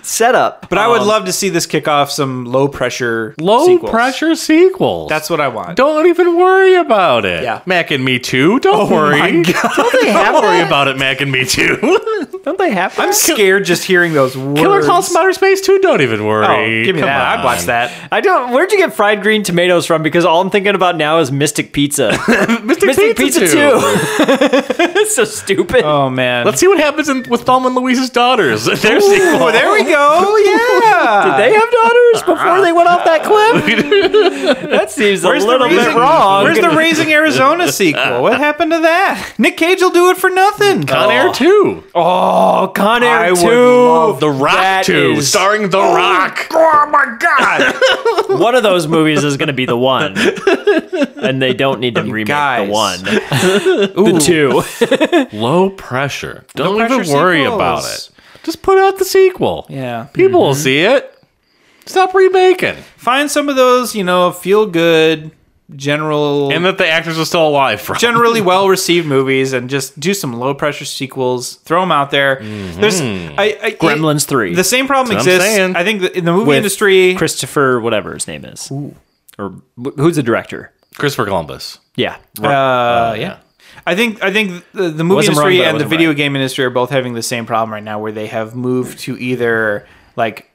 S2: setup.
S3: But I would love to see this kick off some low pressure.
S1: Um, Low
S3: sequels.
S1: pressure sequels.
S3: That's what I want.
S1: Don't even worry about it.
S3: Yeah.
S1: Mac and Me Too. Don't worry. Don't, worry about it, Mac and Me Too.
S2: Don't they have?
S3: I'm scared just hearing those words.
S1: Killer Calls from Outer Space 2. Don't even worry.
S3: Oh, give me
S1: Come
S3: that. I'd watch
S1: on.
S3: that.
S2: I don't. Where'd you get fried green tomatoes from? Because all I'm thinking about now is Mystic Pizza.
S1: Mystic,
S2: Mystic
S1: Pizza,
S2: Pizza,
S1: 2.
S2: too. it's so stupid.
S3: Oh man.
S1: Let's see what happens in, with Thelma and Louise's daughters. Their sequel.
S3: Oh, there we go. Yeah.
S2: They have daughters before they went off that cliff. that seems a little bit wrong.
S3: Where's the Raising Arizona sequel? What happened to that? Nick Cage will do it for nothing.
S1: Con Air 2.
S2: oh, Con Air
S3: I would
S2: Two.
S3: love
S1: the Rock
S2: That
S1: 2.
S2: is-
S1: Starring The Rock.
S3: Oh my god.
S2: one of those movies is going to be the one, and they don't need to remake
S3: guys.
S2: the one. the two.
S1: Low pressure. Don't
S3: pressure
S1: even worry
S3: sequels.
S1: about it. Just put out the sequel.
S3: Yeah. Mm-hmm.
S1: People will see it. Stop remaking.
S3: Find some of those, you know, feel good, general
S1: And that the actors are still alive from.
S3: generally well received movies and just do some low pressure sequels, throw them out there. There's I, I,
S2: Gremlins three.
S3: The same problem
S1: That's what I'm
S3: exists.
S1: saying.
S3: I think that in the movie
S2: with
S3: industry,
S2: Christopher, whatever his name is, or wh- who's the director?
S1: Christopher Columbus.
S2: Yeah,
S3: uh, yeah. I think I think the, the movie
S2: Wasn't wrong,
S3: industry
S2: but I
S3: and the
S2: wasn't
S3: video
S2: right.
S3: game industry are both having the same problem right now, where they have moved to either like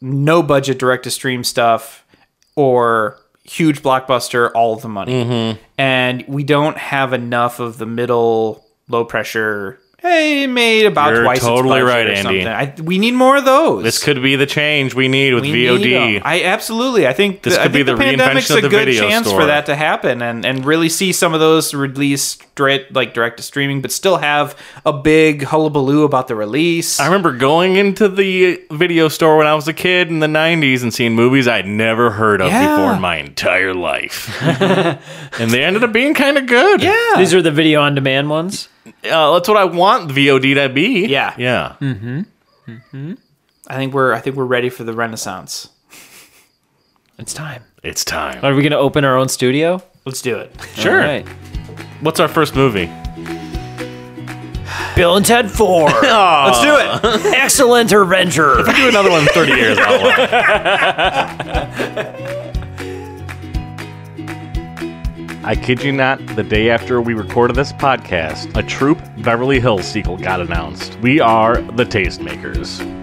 S3: no budget direct to stream stuff or huge blockbuster all the money, and we don't have enough of the middle low pressure. Hey, it made about
S1: You're
S3: twice. its
S1: totally
S3: budget
S1: right,
S3: or
S1: Andy.
S3: something. I, we need more of those.
S1: This could be the change we need with
S3: We need 'em.
S1: VOD.
S3: I absolutely. I think
S1: This
S3: I
S1: could
S3: think
S1: be the
S3: pandemic's
S1: reinvention of
S3: a
S1: the
S3: good
S1: video
S3: chance
S1: store.
S3: for that to happen, and and really see some of those released direct like direct to streaming, but still have a big hullabaloo about the release.
S1: I remember going into the video store when I was a kid in the 90s and seeing movies I'd never heard of
S3: Yeah.
S1: before in my entire life. and they ended up being kind of good.
S3: yeah,
S2: these are the video on demand ones.
S1: Uh, that's what I want VOD to be.
S3: Yeah.
S1: Yeah. Hmm.
S3: I think we're I think we're ready for the renaissance.
S2: It's time.
S1: It's time.
S2: Are we going to open our own studio?
S3: Let's do it.
S1: Sure.
S2: All right.
S1: What's our first movie?
S2: Bill and Ted Four.
S3: Let's do it.
S2: Excellent adventure.
S1: Do another one in 30 years. I'll watch. I kid you not, the day after we recorded this podcast, a Troop Beverly Hills sequel got announced. We are the Tastemakers.